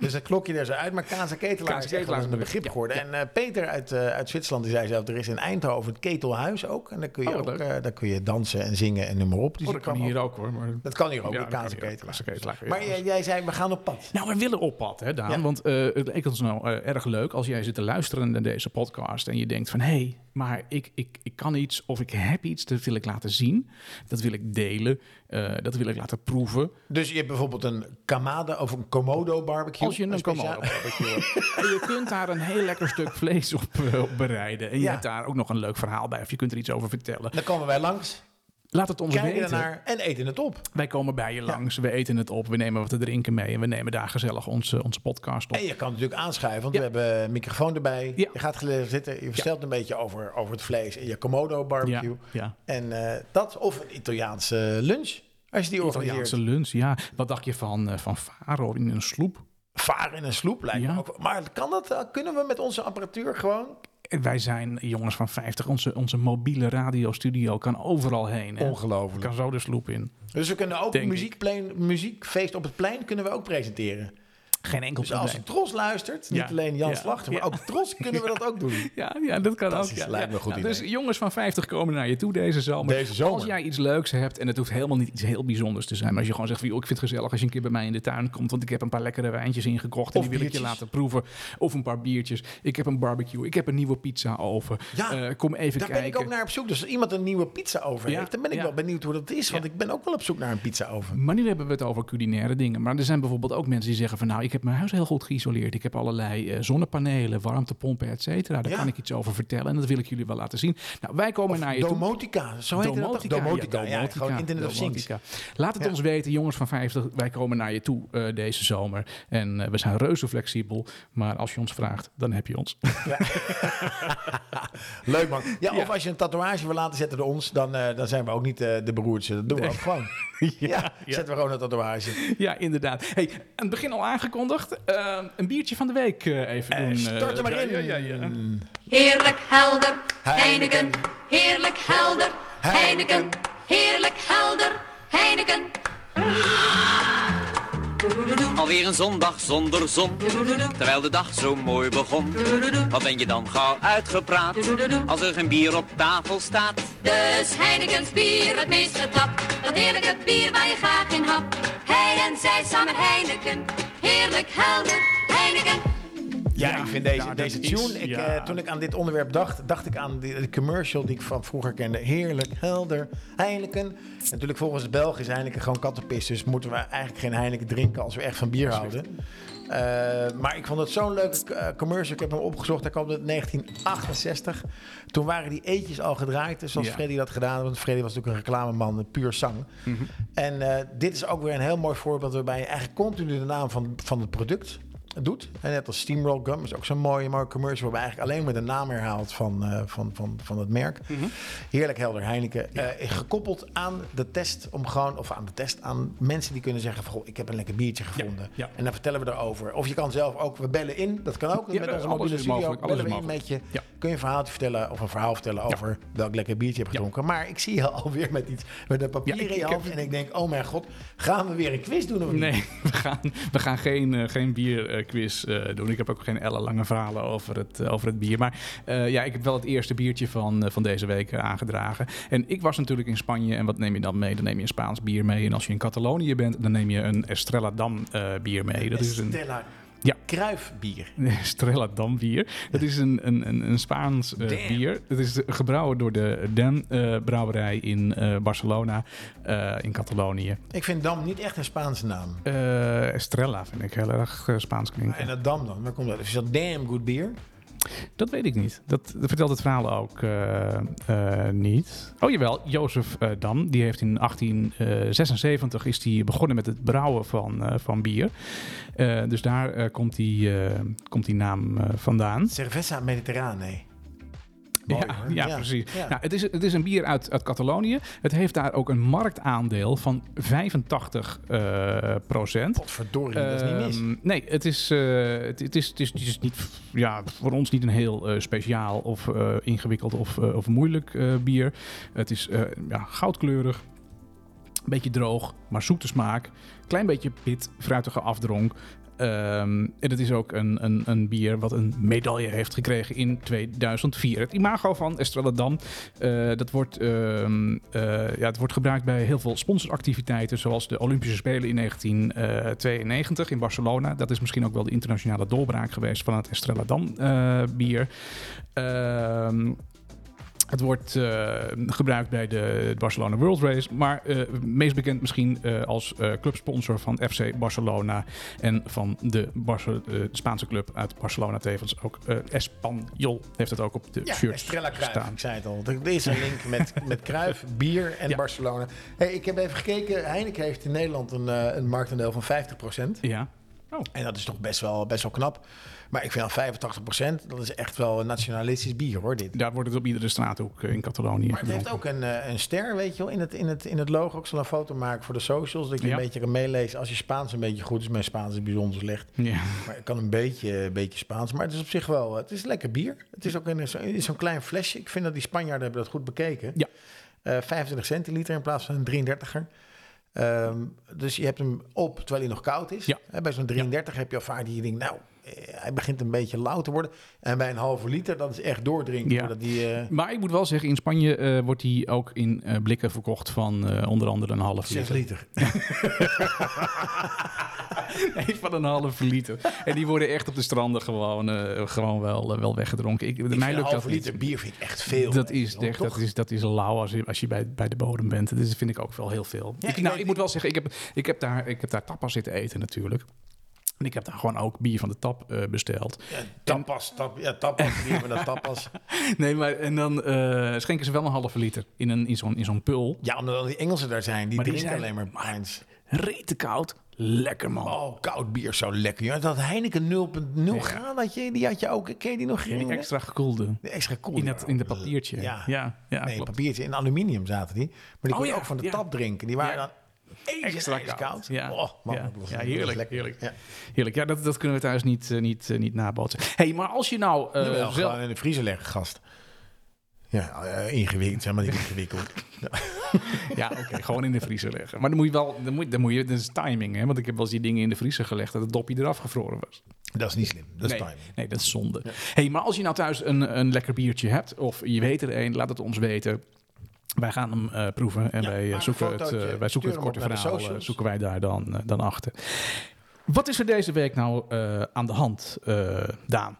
S1: Dus dat klokje daar zo uit. Maar Kaas en Ketelaar
S2: Kaas en
S1: is echt wel
S2: Ketelaar is
S1: een
S2: een
S1: begrip
S2: begrip,
S1: geworden. En eh, Peter uit, eh, uit Zwitserland die zei zelf, er is in Eindhoven het ketelhuis ook. En daar kun je,
S2: Oh, wat
S1: ook,
S2: leuk.
S1: eh, daar kun je dansen en zingen en noem maar op. Dus
S2: Oh,
S1: je
S2: dat kan
S1: kan
S2: hier
S1: ook-
S2: ook hoor. Maar...
S1: Dat kan hier ook,
S2: Ja,
S1: in
S2: dat
S1: Kaas en
S2: kan hier ook,
S1: Ketelaar.
S2: Kaas en Ketelaar, ja.
S1: Maar jij, jij zei, we gaan op pad.
S2: Nou, we willen op pad, hè, Daan.
S1: Ja.
S2: Want eh, het leek ons nou eh, erg leuk als jij zit te luisteren naar deze podcast en je denkt van, hé, hey, maar ik, ik, ik kan iets of ik heb iets, dat wil ik laten zien, dat wil ik delen, eh, dat wil ik laten proeven.
S1: Dus je hebt bijvoorbeeld een Kamada of een Komodo barbecue.
S2: Als je een
S1: speciaal-
S2: komodo barbecue hebt. En je kunt daar een heel lekker stuk vlees op, eh, op bereiden. En je
S1: Ja.
S2: hebt daar ook nog een leuk verhaal bij of je kunt er iets over vertellen.
S1: Dan komen wij langs,
S2: Laat het ons
S1: kijken
S2: weten.
S1: ernaar en eten het op.
S2: Wij komen bij je langs, we eten het op, we nemen wat te drinken mee en we nemen daar gezellig onze, onze podcast op.
S1: En je kan natuurlijk aanschuiven, want
S2: Ja.
S1: we hebben een microfoon erbij.
S2: Ja.
S1: Je gaat gelegen zitten, je vertelt een beetje over, over het vlees en je Komodo
S2: ja,
S1: barbecue.
S2: ja.
S1: En eh, dat of een Italiaanse lunch, als je die organiseert.
S2: Italiaanse lunch, ja. Wat dacht je van, eh, van Faro in een sloep?
S1: Varen in een sloep lijkt
S2: Ja.
S1: me ook. wel- Maar kan dat, eh, kunnen we met onze apparatuur gewoon?
S2: En Wij zijn eh, jongens van 50. Onze, onze mobiele radiostudio kan overal heen. hè.
S1: Ongelooflijk.
S2: Kan zo de sloep in.
S1: Dus we kunnen ook
S2: Denk ik.
S1: muziekplein, muziekfeest op het plein kunnen we ook presenteren.
S2: Geen enkel
S1: Dus als
S2: probleem.
S1: Tros luistert,
S2: Ja.
S1: niet alleen Jan
S2: Ja.
S1: Slachter, maar
S2: Ja.
S1: ook Tros kunnen we dat ook doen.
S2: Ja, ja, dat kan ook.
S1: Fantastisch,
S2: Ja,
S1: lijkt me
S2: ja.
S1: een goed
S2: Dus
S1: idee.
S2: jongens van 50 komen naar je toe deze zomer.
S1: Deze zomer.
S2: Als jij iets leuks hebt, en het hoeft helemaal niet iets heel bijzonders te zijn. Maar als je gewoon zegt, van, joh, ik vind het gezellig als je een keer bij mij in de tuin komt. Want ik heb een paar lekkere wijntjes ingekocht. En
S1: Of
S2: die wil ik je
S1: biertjes.
S2: laten proeven. Of een paar biertjes. Ik heb een barbecue. Ik heb een nieuwe pizza oven.
S1: Ja,
S2: Eh, kom even
S1: Daar
S2: kijken.
S1: ben ik ook naar op zoek. Dus als iemand een nieuwe pizza over
S2: Ja.
S1: heeft, dan ben ik
S2: Ja.
S1: wel benieuwd hoe dat is. Want ik ben ook wel op zoek naar een pizza over.
S2: Maar nu hebben we het over culinaire dingen. Maar er zijn bijvoorbeeld ook mensen die zeggen van... nou, ik heb mijn huis heel goed geïsoleerd. Ik heb allerlei eh, zonnepanelen, warmtepompen, et cetera. Daar
S1: Ja.
S2: kan ik iets over vertellen. En dat wil ik jullie wel laten zien. Nou, wij komen naar je toe.
S1: Domotica, zo heet dat toch?
S2: Domotica.
S1: Domotica, ja,
S2: Domotica.
S1: gewoon Internet of Things.
S2: Domotica. Laat het
S1: Ja.
S2: ons weten, jongens van 50. Wij komen naar je toe eh, deze zomer. En eh, we zijn reuze flexibel. Maar als je ons vraagt, dan heb je ons.
S1: Leuk man. Ja, of als je een tatoeage wil laten zetten door ons, dan, eh, dan zijn we ook niet eh, de beroerdste. Dat doen we ook gewoon. ja, zetten we gewoon een tatoeage.
S2: ja, inderdaad. Hey, aan het begin al aangekondigd. eh, een biertje van de week eh, even doen.
S1: Start er maar
S2: eh,
S1: in.
S2: ja, ja, ja, ja.
S3: Heerlijk helder,
S1: Heineken.
S3: Heineken. Heerlijk helder, Heineken. Heerlijk helder, Heineken.
S4: Alweer een zondag zonder zon, terwijl de dag zo mooi begon. Wat ben je dan gauw uitgepraat, als er geen bier op tafel staat?
S3: Dus Heineken's bier, het meest getapt. Dat heerlijke bier waar je graag in hapt. Hij en zij samen Heineken. Heerlijk helder, Heineken.
S1: Ja, ik vind deze,
S2: nou, dat
S1: deze
S2: is-
S1: tune. ik,
S2: ja.
S1: eh, toen ik aan dit onderwerp dacht, dacht ik aan die, de commercial die ik van vroeger kende. Heerlijk, helder, Heineken. Natuurlijk, volgens de Belgen is Heineken gewoon kattenpis. Dus moeten we eigenlijk geen Heineken drinken als we echt van bier houden. Eh, maar ik vond het zo'n leuke eh, commercial. Ik heb hem opgezocht. Hij kwam uit 1968. Toen waren die eetjes al gedraaid. dus Zoals
S2: Ja.
S1: Freddy dat gedaan had. Want Freddy was natuurlijk een reclameman, puur zang.
S2: Mhm.
S1: En eh, dit is ook weer een heel mooi voorbeeld waarbij je eigenlijk continu de naam van, van het product doet. En net als Steamroll Gum is ook zo'n mooie, mooie commercial waarbij eigenlijk alleen maar de naam herhaalt van, eh, van, van, van het merk.
S2: Mhm.
S1: Heerlijk helder, Heineken. Eh, gekoppeld aan de test om gewoon, of aan de test, aan mensen die kunnen zeggen van, goh, ik heb een lekker biertje gevonden.
S2: ja.
S1: En dan vertellen we erover. Of je kan zelf ook, we bellen in, dat kan ook met
S2: Ja,
S1: onze
S2: alles
S1: mobiele
S2: is
S1: studio.
S2: mogelijk, alles
S1: bellen we
S2: is
S1: in met je.
S2: mogelijk. Ja.
S1: Kun je een verhaaltje vertellen of een verhaal vertellen over welk lekker biertje je hebt gedronken. Maar ik zie je alweer met iets, met een papier
S2: Ja, ik-
S1: in je
S2: ik
S1: hand.
S2: heb-
S1: En ik denk, oh mijn god, gaan we weer een quiz doen of niet?
S2: Nee, we gaan, we gaan geen, eh, geen bierquiz eh, doen. Ik heb ook geen ellenlange verhalen over het, eh, over het bier. Maar eh, ja, ik heb wel het eerste biertje van, eh, van deze week eh, aangedragen. En ik was natuurlijk in Spanje. En wat neem je dan mee? Dan neem je een Spaans bier mee. En als je in Catalonië bent, dan neem je een Estrella Dam eh, bier mee. Dat is een
S1: Stella
S2: Ja.
S1: Kruifbier.
S2: Estrella Dam bier. Dat is een, een, een, een Spaans eh,
S1: Damn.
S2: bier. Dat is gebrouwen door de Dam eh, brouwerij in eh, Barcelona, eh, in Catalonië.
S1: Ik vind Dam niet echt een Spaanse naam.
S2: Eh, Estrella vind ik heel erg eh, Spaans klinken.
S1: En dat Dam dan, waar komt dat? Is dat damn good bier?
S2: Dat weet ik niet. Dat, dat vertelt het verhaal ook eh, eh, niet. Oh jawel, Jozef eh, Dam, die heeft in 1876 is die begonnen met het brouwen van, eh, van bier. Eh, dus daar eh, komt, die, eh, komt die naam eh, vandaan.
S1: Cerveza Mediterrane. Mooi,
S2: ja,
S1: hoor.
S2: ja,
S1: Ja,
S2: precies.
S1: ja.
S2: Nou, het, is, het is een bier uit, uit Catalonië. Het heeft daar ook een marktaandeel van 85 eh, procent.
S1: Potverdorie, dat is niet mis.
S2: Ehm, nee, het is, eh, het, het is, het is, het is niet, ja, voor ons niet een heel eh, speciaal of eh, ingewikkeld of, eh, of moeilijk eh, bier. Het is eh, ja, goudkleurig, een beetje droog, maar zoete smaak. Klein beetje pit, fruitige afdronk. Ehm, en het is ook een, een, een bier wat een medaille heeft gekregen in 2004. Het imago van Estrella Dam, eh, dat wordt, ehm, eh, ja, het wordt gebruikt bij heel veel sponsoractiviteiten, zoals de Olympische Spelen in 1992 in Barcelona. Dat is misschien ook wel de internationale doorbraak geweest van het Estrella Dam eh, bier. Ehm het wordt eh, gebruikt bij de Barcelona World Race, maar eh, meest bekend misschien eh, als eh, clubsponsor van FC Barcelona en van de Barce- eh, Spaanse club uit Barcelona tevens ook eh Espanyol heeft het ook op de
S1: Ja,
S2: shirt
S1: Estrella Cruijff,
S2: staan.
S1: ik zei het al. Er is een link met, met Cruijff, bier en
S2: Ja.
S1: Barcelona. Hey, ik heb even gekeken. Heineken heeft in Nederland een, eh, een marktaandeel van 50%.
S2: Ja. Oh.
S1: En dat is toch best wel, best wel knap. Maar ik vind al 85%, dat is echt wel een nationalistisch bier hoor, dit.
S2: Daar wordt het op iedere straathoek eh, in Catalonië.
S1: Maar het heeft ook een, eh, een ster, weet je wel, in het, in, het, in het logo. Ik zal een foto maken voor de socials, dat je
S2: Ja.
S1: een beetje kan meelezen. Als je Spaans een beetje goed is, mijn Spaans is bijzonder slecht.
S2: Ja.
S1: Maar ik kan een beetje, een beetje Spaans. Maar het is op zich wel, eh, het is lekker bier. Het is ook in zo- in zo'n klein flesje. Ik vind dat die Spanjaarden hebben dat goed bekeken.
S2: Ja.
S1: Eh, 25 centiliter in plaats van een 33er. Ehm, dus je hebt hem op terwijl hij nog koud is.
S2: Ja.
S1: Hè, Bij zo'n 33 heb je al vaak die ding, nou, eh, hij begint een beetje lauw te worden. En bij een halve liter, dat is echt doordrinken.
S2: Ja.
S1: voordat die, eh,
S2: Maar ik moet wel zeggen, in Spanje eh, wordt die ook in eh, blikken verkocht van eh, onder andere een half
S1: Zes
S2: liter.
S1: liter.
S2: Nee, van een half liter. En die worden echt op de stranden gewoon, eh, gewoon wel, eh, wel weggedronken. Ik,
S1: Ik
S2: mij
S1: vind een
S2: lukt dat
S1: halve
S2: niet.
S1: liter bier vind ik echt veel.
S2: Dat is,
S1: Toch?
S2: echt, dat, is, dat is lauw als je, als je bij, bij de bodem bent. Dat is- vind ik ook wel heel veel.
S1: Ja,
S2: ik,
S1: ik
S2: nou,
S1: weet-
S2: ik moet wel zeggen, ik heb, ik, heb daar, ik heb daar tapas zitten eten natuurlijk. En ik heb daar gewoon ook bier van de tap eh, besteld.
S1: Ja, tapas, tap, ja, tapas, bier van dat tapas.
S2: Nee, maar en dan eh, schenken ze wel een halve liter in, een, in zo'n in zo'n pul.
S1: Ja, omdat die Engelsen daar zijn, die
S2: Maar die
S1: drinken
S2: zijn-
S1: alleen maar pints.
S2: Rete koud. Lekker man.
S1: Oh, koud bier is zo lekker. Ja, dat Heineken 0.0 graan, had je, die had je ook. Ken je die nog?
S2: Die extra gekoelde.
S1: De extra cool.
S2: In dat in dat papiertje.
S1: Ja,
S2: ja, ja
S1: nee,
S2: klopt. Oh
S1: papiertje. In aluminium zaten die. Maar die kon je
S2: ja,
S1: ook van de
S2: ja.
S1: tap drinken. Die waren
S2: Ja.
S1: dan extra koud.
S2: Ja,
S1: Oh, man,
S2: ja.
S1: dat was-
S2: Ja,
S1: dat was
S2: heerlijk.
S1: lekker.
S2: Heerlijk, Eh,
S1: Ja.
S2: heerlijk. ja dat, dat kunnen we thuis niet, eh, niet, eh, niet nabootsen. hey, maar als je nou eh,
S1: Jawel,
S2: zelf...
S1: gewoon in de vriezer leggen, gast. Ja, eh, ingewikkeld. Zeg maar niet ingewikkeld.
S2: Ja, oké, gewoon in de vriezer leggen. Maar dan moet je wel, dan moet, dan moet je, dat is timing, hè? Want ik heb wel eens die dingen in de vriezer gelegd dat het dopje eraf gevroren was.
S1: dat is niet slim. Dat is
S2: nee,
S1: timing.
S2: nee, dat is zonde. hey, maar als je nou thuis een, een lekker biertje hebt, of je weet er een, laat het ons weten. Wij gaan hem eh, proeven en
S1: Ja,
S2: wij, eh,
S1: maak een
S2: zoeken het,
S1: fotootje,
S2: eh, wij
S1: stuur
S2: zoeken het
S1: hem
S2: korte
S1: op naar de
S2: verhaal, eh,
S1: socials.
S2: zoeken wij daar dan, eh, dan achter. Wat is er deze week nou eh, aan de hand, eh, Daan?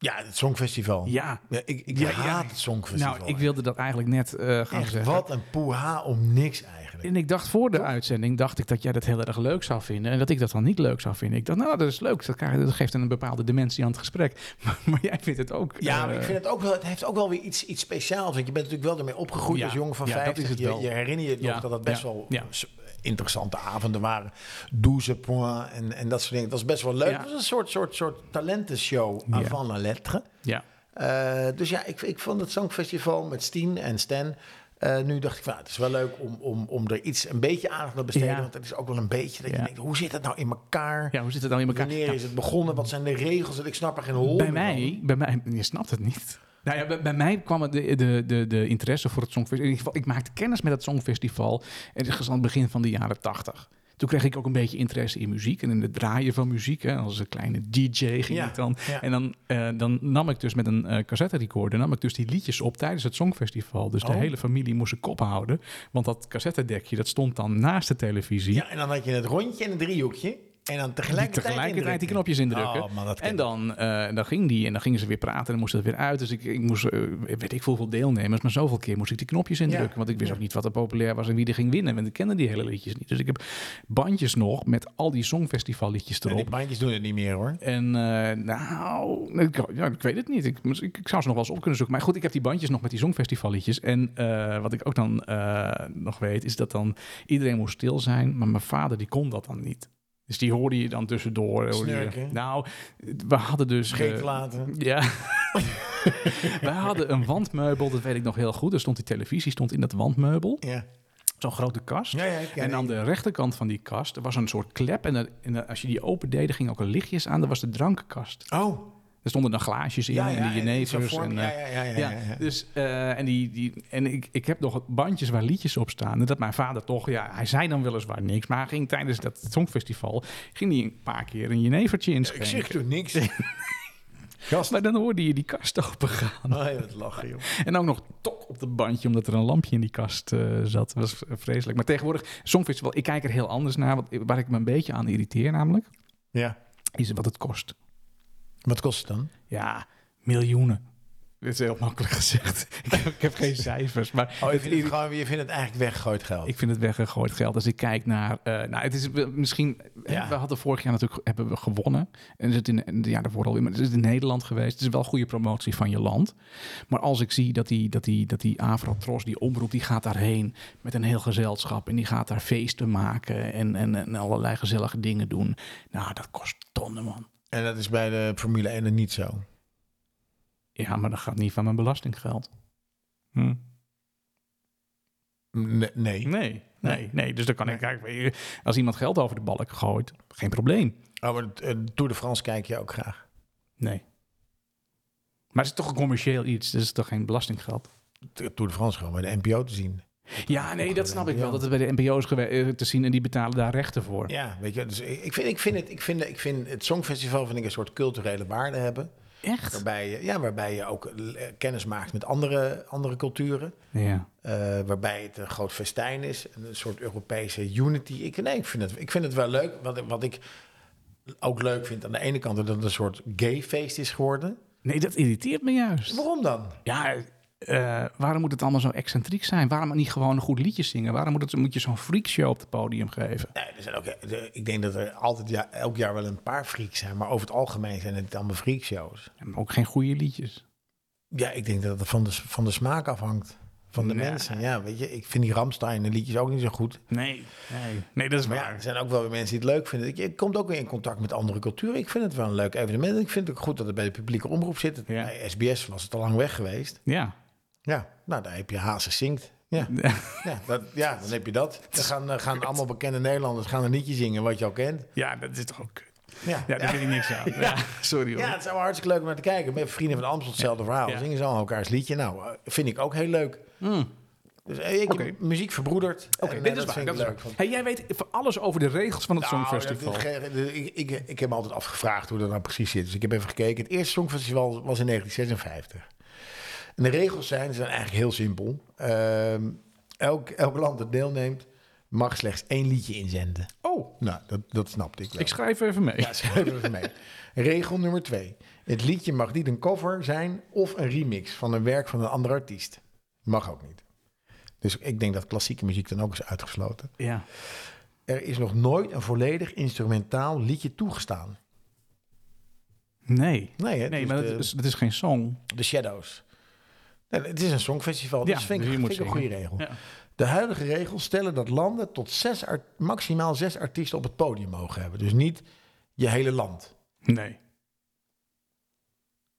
S1: Ja, het Songfestival.
S2: Ja.
S1: ik ik
S2: Ja, ja.
S1: haat het Songfestival.
S2: Nou, ik wilde dat eigenlijk net eh, gaan
S1: Echt,
S2: zeggen.
S1: wat een poeha om niks eigenlijk.
S2: En ik dacht voor de uitzending dacht ik dat jij dat heel erg leuk zou vinden. En dat ik dat dan niet leuk zou vinden. Ik dacht, nou, dat is leuk. Dat, krijg- dat geeft een bepaalde dimensie aan het gesprek. Maar, maar jij vindt het ook.
S1: Ja,
S2: eh,
S1: maar ik vind het ook wel, het heeft ook wel weer iets, iets speciaals. Want je bent natuurlijk wel ermee opgegroeid
S2: Ja,
S1: als jongen van
S2: ja, dat
S1: 50.
S2: is het
S1: Je-
S2: wel.
S1: Je, herinner je
S2: Ja,
S1: nog dat dat best
S2: ja,
S1: wel
S2: ja.
S1: s- interessante avonden waren. Douze points en, en dat soort dingen. Dat was best wel leuk.
S2: Ja.
S1: Dat was een soort, soort, soort talentenshow
S2: Ja.
S1: avant la lettre.
S2: Ja.
S1: Eh, dus ja, ik, ik vond het Songfestival met Stien en Stan... eh, nu dacht ik van, nou, het is wel leuk om, om, om er iets een beetje aandacht aan te besteden.
S2: Ja.
S1: Want het is ook wel een beetje dat je
S2: Ja.
S1: denkt, hoe zit dat nou in elkaar?
S2: ja, hoe zit het dan in elkaar?
S1: Wanneer
S2: Nou,
S1: is het begonnen? Wat zijn de regels? Dat Ik snap er geen hol
S2: bij
S1: meer van.
S2: mij, bij mij, je snapt het niet. Nou ja, bij, bij mij kwam het de, de, de, de interesse voor het Songfestival. In ieder geval, ik maakte kennis met het Songfestival. En het is aan het begin van de jaren tachtig. Toen kreeg ik ook een beetje interesse in muziek en in het draaien van muziek. Hè. Als een kleine DJ ging
S1: Ja,
S2: ik dan.
S1: ja.
S2: En dan, eh, dan nam ik dus met een eh cassette recorder nam ik dus die liedjes op tijdens het Songfestival. Dus de hele familie moest zijn kop houden. Want dat cassettedekje dat stond dan naast de televisie.
S1: Ja, en dan had je het rondje en het driehoekje. En dan
S2: die
S1: tegelijkertijd,
S2: tegelijkertijd die
S1: indrukken.
S2: knopjes indrukken.
S1: Oh, man, dat ken
S2: en
S1: ik.
S2: dan, eh, dan ging die en dan gingen ze weer praten en moest het weer uit. Dus ik, ik moest, eh, weet ik hoeveel deelnemers, maar zoveel keer moest ik die knopjes indrukken.
S1: Ja.
S2: Want ik wist ook niet wat er populair was en wie er ging winnen. Want ik kende die hele liedjes niet. Dus ik heb bandjes nog met al die songfestivalliedjes
S1: En
S2: erop.
S1: die bandjes doen het niet meer hoor.
S2: En eh, nou, ik, ja, ik weet het niet. Ik, ik, ik zou ze nog wel eens op kunnen zoeken. Maar goed, ik heb die bandjes nog met die songfestivalliedjes. En eh, wat ik ook dan eh, nog weet, is dat dan iedereen moest stil zijn. Maar mijn vader, die kon dat dan niet. Dus die hoorde je dan tussendoor. hoorde je-
S1: Snurken.
S2: nou, we hadden dus... eh,
S1: Scheet laten.
S2: ja. Wij hadden een wandmeubel, dat weet ik nog heel goed. Er stond die televisie stond in dat wandmeubel.
S1: Ja.
S2: Zo'n grote kast.
S1: Ja, ja, ik ken
S2: en aan
S1: die.
S2: de rechterkant van die kast er was een soort klep. En, er- en er- als je die opende, gingen ook er lichtjes aan. Dat was de drankenkast.
S1: Oh,
S2: Er stonden dan glaasjes in
S1: Ja, ja,
S2: en
S1: en
S2: die
S1: zo'n
S2: jenevers.
S1: vorm-
S2: En,
S1: ja,
S2: eh,
S1: ja, ja, ja, ja, ja.
S2: Dus, eh, en die, die, en ik, ik heb nog bandjes waar liedjes op staan. En dat mijn vader toch, ja, hij zei dan weliswaar niks. Maar hij ging tijdens dat songfestival, ging hij een paar keer een jenevertje
S1: ik
S2: inschenken.
S1: zeg toch niks. Gast.
S2: Maar dan hoorde je die kast opengaan.
S1: Oh, wat lachen joh.
S2: En ook nog tok op het bandje, omdat er een lampje in die kast eh, zat. Dat was vreselijk. Maar tegenwoordig, Songfestival, ik kijk er heel anders naar. Wat, waar ik me een beetje aan irriteer namelijk,
S1: Ja.
S2: is wat het kost.
S1: Wat kost het dan? Oh,
S2: Ja, miljoenen. Dit is heel makkelijk gezegd. ik, heb, ik heb geen cijfers, maar...
S1: Oh, je
S2: het
S1: vindt het, gewoon, je vindt het eigenlijk weggegooid geld.
S2: Ik vind het weggegooid geld. Als ik kijk naar. eh, nou, het is wel- misschien.
S1: Ja.
S2: We hadden vorig jaar natuurlijk hebben we gewonnen. En is het in. en Ja, dat wordt alweer. Maar het is in Nederland geweest. Het is wel goede promotie van je land. Maar als ik zie dat die, dat die, dat die Avrotros, die omroep, die gaat daarheen met een heel gezelschap. En die gaat daar feesten maken. En, en, en allerlei gezellige dingen doen. Nou, dat kost tonnen, man.
S1: En dat is bij de Formule 1 er niet zo.
S2: Ja, maar dat gaat niet van mijn belastinggeld. Hm.
S1: Nee. nee.
S2: Nee, nee, nee. Dus dan kan ik eigenlijk. Als iemand geld over de balk gooit, geen probleem.
S1: Oh, maar eh, Tour de France kijk je ook graag.
S2: Nee. Maar het is toch een commercieel iets, dus het is toch geen belastinggeld?
S1: Tour de France gewoon bij de NPO te zien.
S2: Ja, nee, dat snap ik
S1: NPO.
S2: wel. Dat het bij de NPO's gewe- eh, te zien en die betalen daar rechten voor.
S1: Ja, weet je, dus ik ik vind, ik vind, het, ik vind, ik vind het Songfestival vind ik een soort culturele waarde hebben.
S2: Echt?
S1: Waarbij je, ja, waarbij je ook eh, kennis maakt met andere, andere culturen.
S2: Ja.
S1: Eh, waarbij het een groot festijn is. Een soort Europese unity. Ik, nee, ik, vind het, ik vind het wel leuk. Wat, wat ik ook leuk vind aan de ene kant... dat het een soort gayfeest is geworden.
S2: Nee, dat irriteert me juist.
S1: Waarom dan?
S2: Ja, eh, waarom moet het allemaal zo excentriek zijn? Waarom niet gewoon een goed liedje zingen? Waarom moet, het, moet je zo'n freakshow op het podium geven?
S1: Nee, er zijn ook, eh, de- ik denk dat er altijd ja, elk jaar wel een paar freaks zijn. Maar over het algemeen zijn het allemaal freakshows.
S2: En ook geen goede liedjes.
S1: Ja, ik denk dat het van de, van de smaak afhangt. Van de
S2: Nee.
S1: mensen. Ja, weet je, ik vind die Ramstein de liedjes ook niet zo goed.
S2: Nee, nee. Nee, dat is
S1: Maar ja,
S2: waar.
S1: er zijn ook wel weer mensen die het leuk vinden. Ik- Je komt ook weer in contact met andere culturen. Ik vind het wel een leuk evenement. En Ik vind het ook goed dat het bij de publieke omroep zit.
S2: Ja.
S1: Bij SBS was het al lang weg geweest.
S2: Ja.
S1: Ja, nou, daar heb je Hazen zingt. Ja. Ja, dat, ja, dan heb je dat. Dan gaan, eh, gaan allemaal bekende Nederlanders gaan een liedje zingen wat je al kent.
S2: Ja, dat is toch ook kut.
S1: Ja,
S2: Ja, daar vind ik niks aan. Ja, sorry hoor.
S1: Ja, het is allemaal hartstikke leuk om naar te kijken. Met vrienden van Amstel hetzelfde verhaal.
S2: Ja. Hmm.
S1: Zingen ze al elkaars liedje. Nou, eh, vind ik ook heel leuk. Dus eh, ik heb
S2: Oké.
S1: muziek verbroederd.
S2: Oké,
S1: En, eh,
S2: dit is
S1: dat
S2: waar.
S1: vind
S2: Dat
S1: ik
S2: is
S1: leuk.
S2: waar. Hey, jij weet voor alles over de regels van het
S1: Nou,
S2: Songfestival.
S1: dat- dat- dat- ik, ik, ik heb me altijd afgevraagd hoe dat nou precies zit. Dus ik heb even gekeken. Het eerste Songfestival was in 1956. En de regels zijn, zijn eigenlijk heel simpel. Ehm, elk, elk land dat deelnemt mag slechts één liedje inzenden.
S2: Oh,
S1: Nou, dat, dat snapte ik wel.
S2: ik schrijf even mee.
S1: Ja, schrijf het even mee. Regel nummer twee. Het liedje mag niet een cover zijn of een remix van een werk van een andere artiest. Mag ook niet. Dus ik denk dat klassieke muziek dan ook is uitgesloten.
S2: Ja.
S1: Er is nog nooit een volledig instrumentaal liedje toegestaan.
S2: Nee.
S1: Nee, hè?
S2: Nee,
S1: Dus
S2: maar
S1: de,
S2: dat is, dat is geen song.
S1: de Shadows. Nee, het is een songfestival,
S2: Ja,
S1: dus vind ik,
S2: dus je moet
S1: vind ik een goede
S2: zingen.
S1: regel.
S2: Ja.
S1: De huidige regels stellen dat landen tot zes art- maximaal zes artiesten op het podium mogen hebben. Dus niet je hele land.
S2: Nee.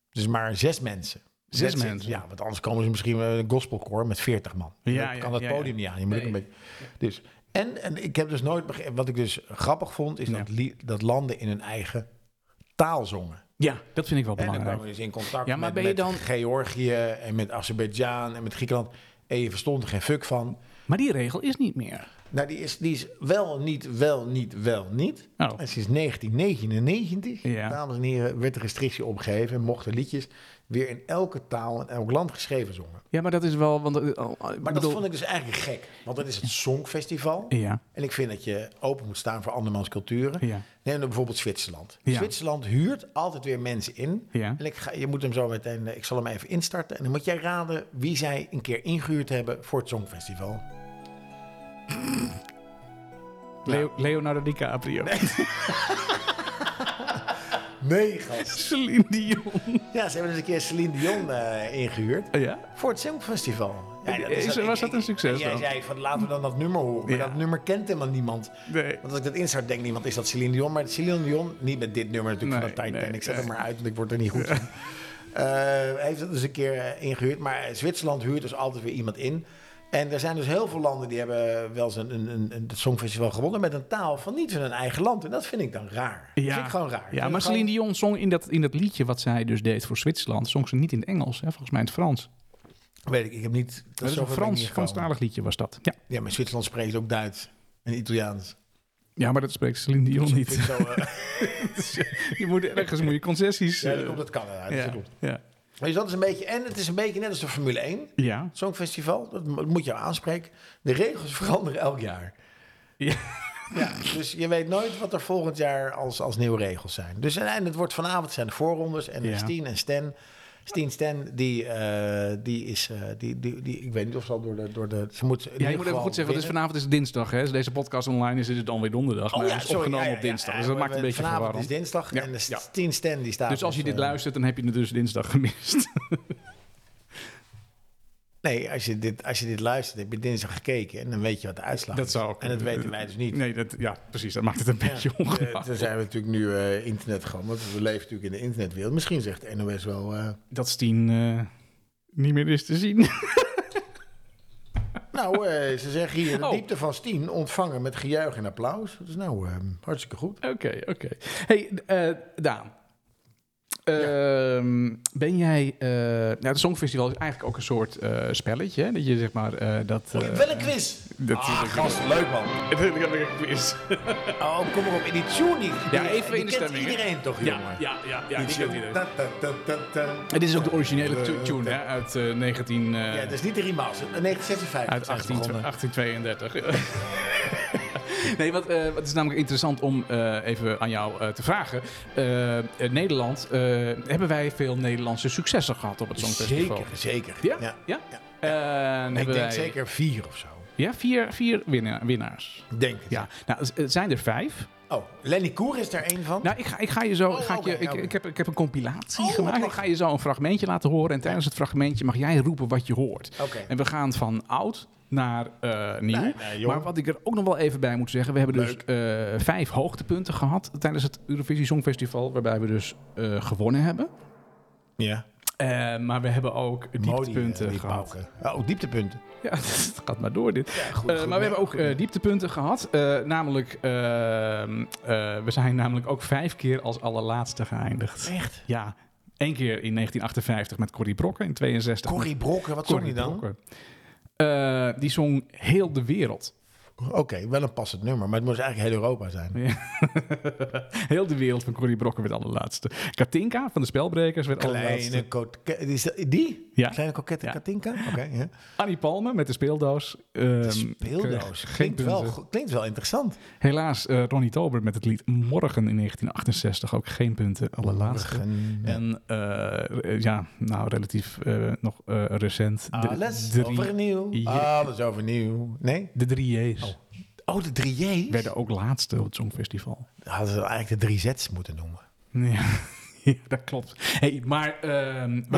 S1: Dus maar zes mensen.
S2: Zes
S1: That's it.
S2: mensen.
S1: Ja, want anders komen ze misschien wel een gospelkoor met 40 man.
S2: Ja,
S1: Dan
S2: ja,
S1: kan dat
S2: ja, ja.
S1: podium niet aan. Je moet ook een
S2: Nee.
S1: beetje. Dus, en, en ik heb dus nooit begrepen. Wat ik dus grappig vond, is
S2: Ja.
S1: dat, li- dat landen in hun eigen taal zongen.
S2: Ja, dat vind ik wel
S1: En dan
S2: belangrijk.
S1: kwamen we dus in contact
S2: Ja, maar
S1: met,
S2: ben je
S1: met
S2: dan-
S1: Georgië en met Azerbeidzjan en met Griekenland. En je verstond er geen fuck van.
S2: Maar die regel is niet meer.
S1: Nou, die is, die is wel niet, wel niet, wel niet.
S2: Oh.
S1: En sinds 1999,
S2: Ja.
S1: dames en heren, werd de restrictie opgeheven en mochten liedjes weer in elke taal en elk land geschreven zongen.
S2: Ja, maar dat is wel... Want, eh, al- ik
S1: Maar
S2: bedoel-
S1: dat vond ik dus eigenlijk gek, want dat is het Songfestival.
S2: Ja,
S1: En ik vind dat je open moet staan voor andermans culturen.
S2: ja.
S1: Neem dan bijvoorbeeld Zwitserland.
S2: Ja.
S1: Zwitserland huurt altijd weer mensen in.
S2: Ja.
S1: En ik, ga, je moet hem zo meteen, eh, ik zal hem even instarten. En dan moet jij raden wie zij een keer ingehuurd hebben voor het Songfestival.
S2: Leo- Leonardo DiCaprio.
S1: Nee, gast.
S2: Celine Dion.
S1: Ja, ze hebben dus een keer Celine Dion eh, ingehuurd.
S2: Oh Ja?
S1: Voor het Songfestival. Ja,
S2: Is- was dat een succes
S1: Jij
S2: dan?
S1: zei van laten we dan dat nummer horen. Maar
S2: Ja.
S1: dat nummer kent helemaal niemand.
S2: Nee.
S1: Want als ik dat instart, denkt niemand is dat Celine Dion. Maar Celine Dion, niet met dit nummer natuurlijk
S2: Nee,
S1: van dat tijd.
S2: nee,
S1: ik zet
S2: nee.
S1: hem maar uit, want ik word er niet goed van. Eh, Hij heeft dat dus een keer eh, ingehuurd. Maar eh, Zwitserland huurt dus altijd weer iemand in. En er zijn dus heel veel landen die hebben wel eens een, een, een, een- het Songfestival gewonnen met een taal van niet van hun eigen land. En dat vind ik dan raar. Dat vind ik gewoon raar.
S2: Ja, maar Celine Dion zong in dat, in dat liedje wat zij dus deed voor Zwitserland, zong ze niet in het Engels, hè, volgens mij in het Frans. Dat,
S1: Dion... Weet ik, ik heb niet... Dat,
S2: is een
S1: zover ben ik
S2: Frans,
S1: niet gekomen.
S2: Franstalig liedje was dat. Ja,
S1: Ja, maar in Zwitserland spreken ze ook Duits en Italiaans.
S2: ja maar dat spreekt Celine Dion
S1: Vind ik
S2: niet.
S1: zo, eh,
S2: je moet ergens moet je concessies...
S1: ja,
S2: eh,
S1: dat komt uit Canada. dat
S2: ja,
S1: klopt.
S2: ja.
S1: Dus dat is een beetje... En het is een beetje net als de Formule 1.
S2: Ja.
S1: Zo'n festival, dat mo- moet jou aanspreken. De regels veranderen elk jaar.
S2: Ja.
S1: Ja, dus je weet nooit wat er volgend jaar als, als nieuwe regels zijn. Dus en, en het wordt vanavond zijn de voorrondes. En
S2: Ja.
S1: Stien en Stan. Stien Stan, die, eh, die is... eh, die, die, die, ik weet niet of ze al door de... Door de ze moet in
S2: Ja,
S1: ieder
S2: je moet even
S1: geval
S2: goed zeggen, want het is
S1: winnen.
S2: vanavond is het dinsdag. Hè? Dus deze podcast online is het dan weer donderdag. maar het is
S1: sorry,
S2: eh, opgenomen
S1: Oh ja, ja,
S2: op dinsdag.
S1: ja,
S2: dus dat
S1: maar
S2: maakt een
S1: we-
S2: beetje
S1: Vanavond
S2: verwarrend.
S1: is dinsdag
S2: Ja,
S1: en de
S2: ja.
S1: Stien Stan die staat...
S2: Dus als je
S1: op,
S2: dit
S1: eh,
S2: luistert, dan heb je het dus dinsdag gemist.
S1: Nee, als je, dit, als je dit luistert, heb je dinsdag gekeken en dan weet je wat de uitslag
S2: Dat
S1: is.
S2: zou ook
S1: En dat
S2: kunnen.
S1: weten wij dus niet.
S2: nee, dat, ja, precies. Dat maakt het een beetje
S1: Eh,
S2: ongemakkelijk.
S1: Dan zijn we natuurlijk nu eh, internet gewoon, want we leven natuurlijk in de internetwereld. Misschien zegt NOS wel. eh,
S2: Dat Stien eh, niet meer is te zien.
S1: nou, eh, ze zeggen hier: de
S2: Oh.
S1: diepte van 10 ontvangen met gejuich en applaus. Dus nou, eh, hartstikke goed.
S2: Oké, oké. Hey, eh, Daan. Ehm, Ben jij... eh nou, het Songfestival is eigenlijk ook een soort eh, spelletje. Hè? Dat je zeg maar... eh, dat, eh,
S1: Wel een quiz!
S2: dat
S1: Ah, gast, leuk man.
S2: dat heb ik een quiz.
S1: Oh, kom erop, in die tune niet.
S2: Ja, even in
S1: kent
S2: de stemming, hè?
S1: iedereen toch,
S2: Ja,
S1: jongen?
S2: ja, ja.
S1: Die
S2: ja die
S1: tune.
S2: kent iedereen.
S1: Ta, ta, ta, ta, ta.
S2: En dit is ook de originele tu- tune hè, uit eh, 19... eh,
S1: Ja, dat is niet de remaster. In 1956
S2: Uit
S1: zijn ze
S2: 18,
S1: begonnen.
S2: 1832. Nee, want eh, het is namelijk interessant om eh, even aan jou eh, te vragen. Eh, eh, Nederland, eh, hebben wij veel Nederlandse successen gehad op het Songfestival?
S1: Zeker, zeker.
S2: Ja?
S1: Ja.
S2: Ja? En
S1: Ik
S2: hebben
S1: denk
S2: wij-
S1: zeker vier of zo.
S2: Ja, vier, vier winna- winnaars.
S1: Denk het.
S2: Ja. Nou, het- het zijn er vijf.
S1: Oh, Lenny Koer is daar één van.
S2: Nou, ik ga, ik ga je zo.
S1: Oh,
S2: ga ik, je,
S1: oké,
S2: ik,
S1: oké.
S2: ik, heb, ik heb een compilatie
S1: Oh, wat
S2: gemaakt. Ik
S1: leuk.
S2: ga je zo een fragmentje laten horen. En tijdens het fragmentje mag jij roepen wat je hoort.
S1: Oké.
S2: En we gaan van oud naar eh, nieuw.
S1: Nee, nee, joh.
S2: maar wat ik er ook nog wel even bij moet zeggen. We hebben dus eh, vijf hoogtepunten gehad tijdens het Eurovisie Songfestival. Waarbij we dus eh, gewonnen hebben.
S1: ja.
S2: Eh, maar we hebben ook dieptepunten
S1: Modi, eh, die
S2: gehad.
S1: pauken. Oh, dieptepunten.
S2: Ja, het gaat maar door dit.
S1: goed,
S2: Eh,
S1: goed,
S2: maar we
S1: nee,
S2: hebben ook eh, dieptepunten gehad. Eh, namelijk, eh, eh, we zijn namelijk ook vijf keer als allerlaatste geëindigd.
S1: Echt?
S2: Ja, één keer in 1958 met Corrie Brokken in 62.
S1: Corrie Brokken, wat zong je dan?
S2: Brokken. Eh, die zong Heel de Wereld.
S1: Oké, wel een passend nummer, maar het moest eigenlijk heel Europa zijn.
S2: Heel de Wereld van Corrie Brokken werd allerlaatste. Katinka van de Spelbrekers werd allerlaatste.
S1: Kleine koket... is dat- Die?
S2: Ja.
S1: Kleine kokette
S2: Ja. Mm,
S1: Katinka? Oké, ja.
S2: Annie Palme met de speeldoos.
S1: De
S2: ehm, kreeg
S1: speeldoos. Klinkt
S2: punten.
S1: wel, go- klinkt wel interessant.
S2: Helaas, eh, Ronnie Tober met het lied Morgen in 1968 ook geen punten, allerlaatste.
S1: Morgen.
S2: En eh, eh, ja, nou relatief eh, nog eh, recent. De-
S1: Alles
S2: drie-
S1: overnieuw.
S2: Ja.
S1: Alles overnieuw. Nee?
S2: De drie J's
S1: Oh, de drie J's?
S2: werden ook laatste op het Songfestival.
S1: Hadden ze eigenlijk de drie Z's moeten noemen.
S2: Ja, ja, dat klopt. Hey, maar ehm, we,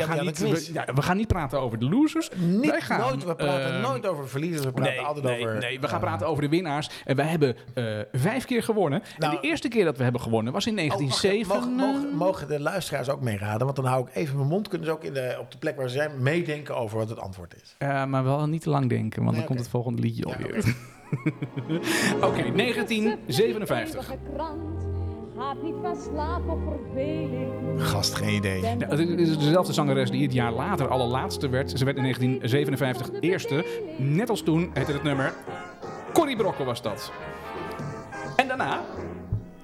S1: Ja,
S2: gaan
S1: ja,
S2: niet,
S1: dat is.
S2: we, ja, we gaan niet praten over de losers.
S1: Niet,
S2: Wij gaan,
S1: nooit, we praten
S2: ehm,
S1: nooit over verliezers, we praten
S2: Nee,
S1: altijd
S2: nee,
S1: over... Ah.
S2: nee, we gaan praten over de winnaars. En wij hebben eh, vijf keer gewonnen.
S1: Nou-
S2: en de eerste keer dat we hebben gewonnen was in
S1: Oh, wacht,
S2: 1907.
S1: mogen, mogen, mogen de luisteraars ook meeraden? Want dan hou ik even mijn mond. Kunnen ze ook in de, op de plek waar ze zijn meedenken over wat het antwoord is?
S2: Eh, maar wel niet te lang denken, want dan
S1: Nee,
S2: komt
S1: oké.
S2: het volgende liedje
S1: Ja,
S2: alweer. Oké, 1957.
S5: Gaat niet van slaap of verveling.
S1: Gast, geen idee.
S2: Ja, Het is dezelfde zangeres die het jaar later allerlaatste werd. Ze werd in 1957 eerste. Net als toen heette het nummer Corrie Brokken was dat. En daarna,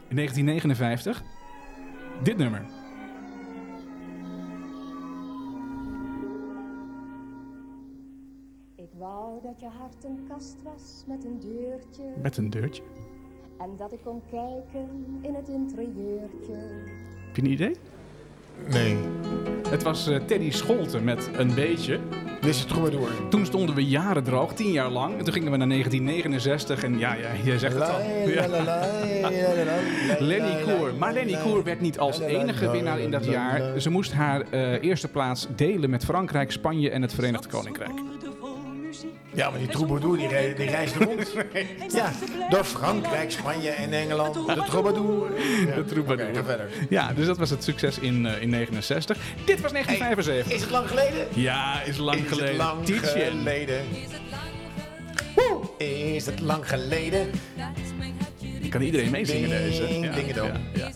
S2: in 1959, dit nummer.
S5: Ik wou dat je hart een kast was met een deurtje.
S2: Met een deurtje.
S5: En dat ik kon kijken in het interieurtje.
S2: Heb je een idee?
S1: Nee.
S2: Het was eh, Teddy Scholten met een beetje.
S1: Dit is het troubadour.
S2: Toen stonden we jaren droog, tien jaar lang. En toen gingen we naar 1969 en ja, ja jij zegt het al. Ja. Lenny Koer. Maar Lenny Koer werd niet als enige winnaar in dat jaar. Ze moest haar eh, eerste plaats delen met Frankrijk, Spanje en het Verenigd Koninkrijk.
S1: Ja, maar die troubadour die, re- die reist rond. Ja, door Frankrijk, Spanje en Engeland. De troubadour. Ja.
S2: De troubadour.
S1: Oké, ga verder.
S2: Ja, dus dat was het succes in, eh, in 69. Dit was 1975.
S1: Is het lang geleden?
S2: Ja, is lang
S1: Is
S2: geleden.
S1: het lang
S2: Tietje.
S1: geleden? Woe! Is het lang geleden?
S2: Kan iedereen meezingen
S1: Ding,
S2: deze?
S1: dingedong.
S2: ja.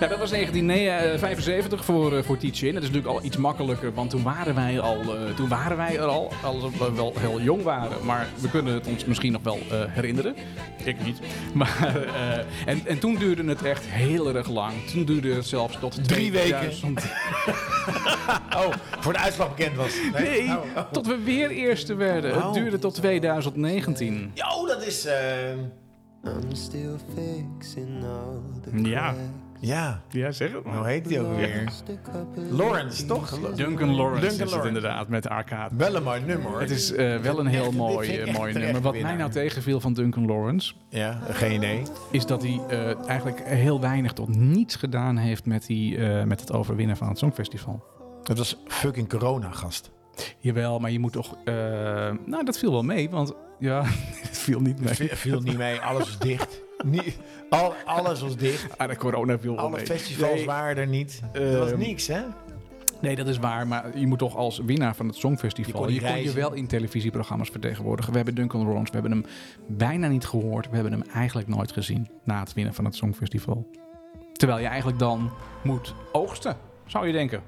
S2: Nou, dat was 1975 voor, eh, voor Teach In. Dat is natuurlijk al iets makkelijker, want toen waren wij, al, eh, toen waren wij er al. Als we wel heel jong waren, maar we kunnen het ons misschien nog wel eh, herinneren. Ik niet. Maar, eh, en, en toen duurde het echt heel erg lang. Toen duurde het zelfs tot
S1: Drie weken.
S2: 2000.
S1: Oh, voor de uitslag bekend was.
S2: Nee,
S1: Oh, oh.
S2: tot we weer eerste werden. Het duurde tot 2019.
S1: Ja, oh, dat is... eh,
S6: I'm still fixing all the
S2: Ja,
S1: ja,
S2: ja zeg het
S1: hoe heet die ook weer? Lawrence, toch?
S2: Duncan
S1: Duncan
S2: Lawrence is het
S1: Lawrence.
S2: inderdaad, met Arcade.
S1: Wel een mooi nummer. hoor.
S2: Het is eh, wel een heel
S1: Echt, dit
S2: mooi,
S1: vind ik
S2: eh,
S1: echt
S2: mooi
S1: terecht
S2: nummer. Wat mij
S1: winnaar.
S2: nou tegenviel van Duncan Lawrence...
S1: Ja, geen idee.
S2: is dat hij eh, eigenlijk heel weinig tot niets gedaan heeft... met, die, eh, met het overwinnen van het Songfestival.
S1: Dat was fucking corona, gast.
S2: Jawel, maar je moet toch... eh, nou, dat viel wel mee, want... Ja, het viel niet mee.
S1: V- viel niet mee, alles was dicht. Niet, al, alles was dicht.
S2: Ah, de corona viel wel
S1: Alle
S2: mee.
S1: festivals
S2: nee,
S1: waren er niet. Er was
S2: Ehm,
S1: niks, hè?
S2: nee, dat is waar, maar je moet toch als winnaar van het Songfestival...
S1: Je kon
S2: je
S1: niet
S2: kon je
S1: reizen.
S2: wel in televisieprogramma's vertegenwoordigen. We hebben Duncan Lawrence, we hebben hem bijna niet gehoord. We hebben hem eigenlijk nooit gezien na het winnen van het Songfestival. Terwijl je eigenlijk dan moet oogsten, zou je denken.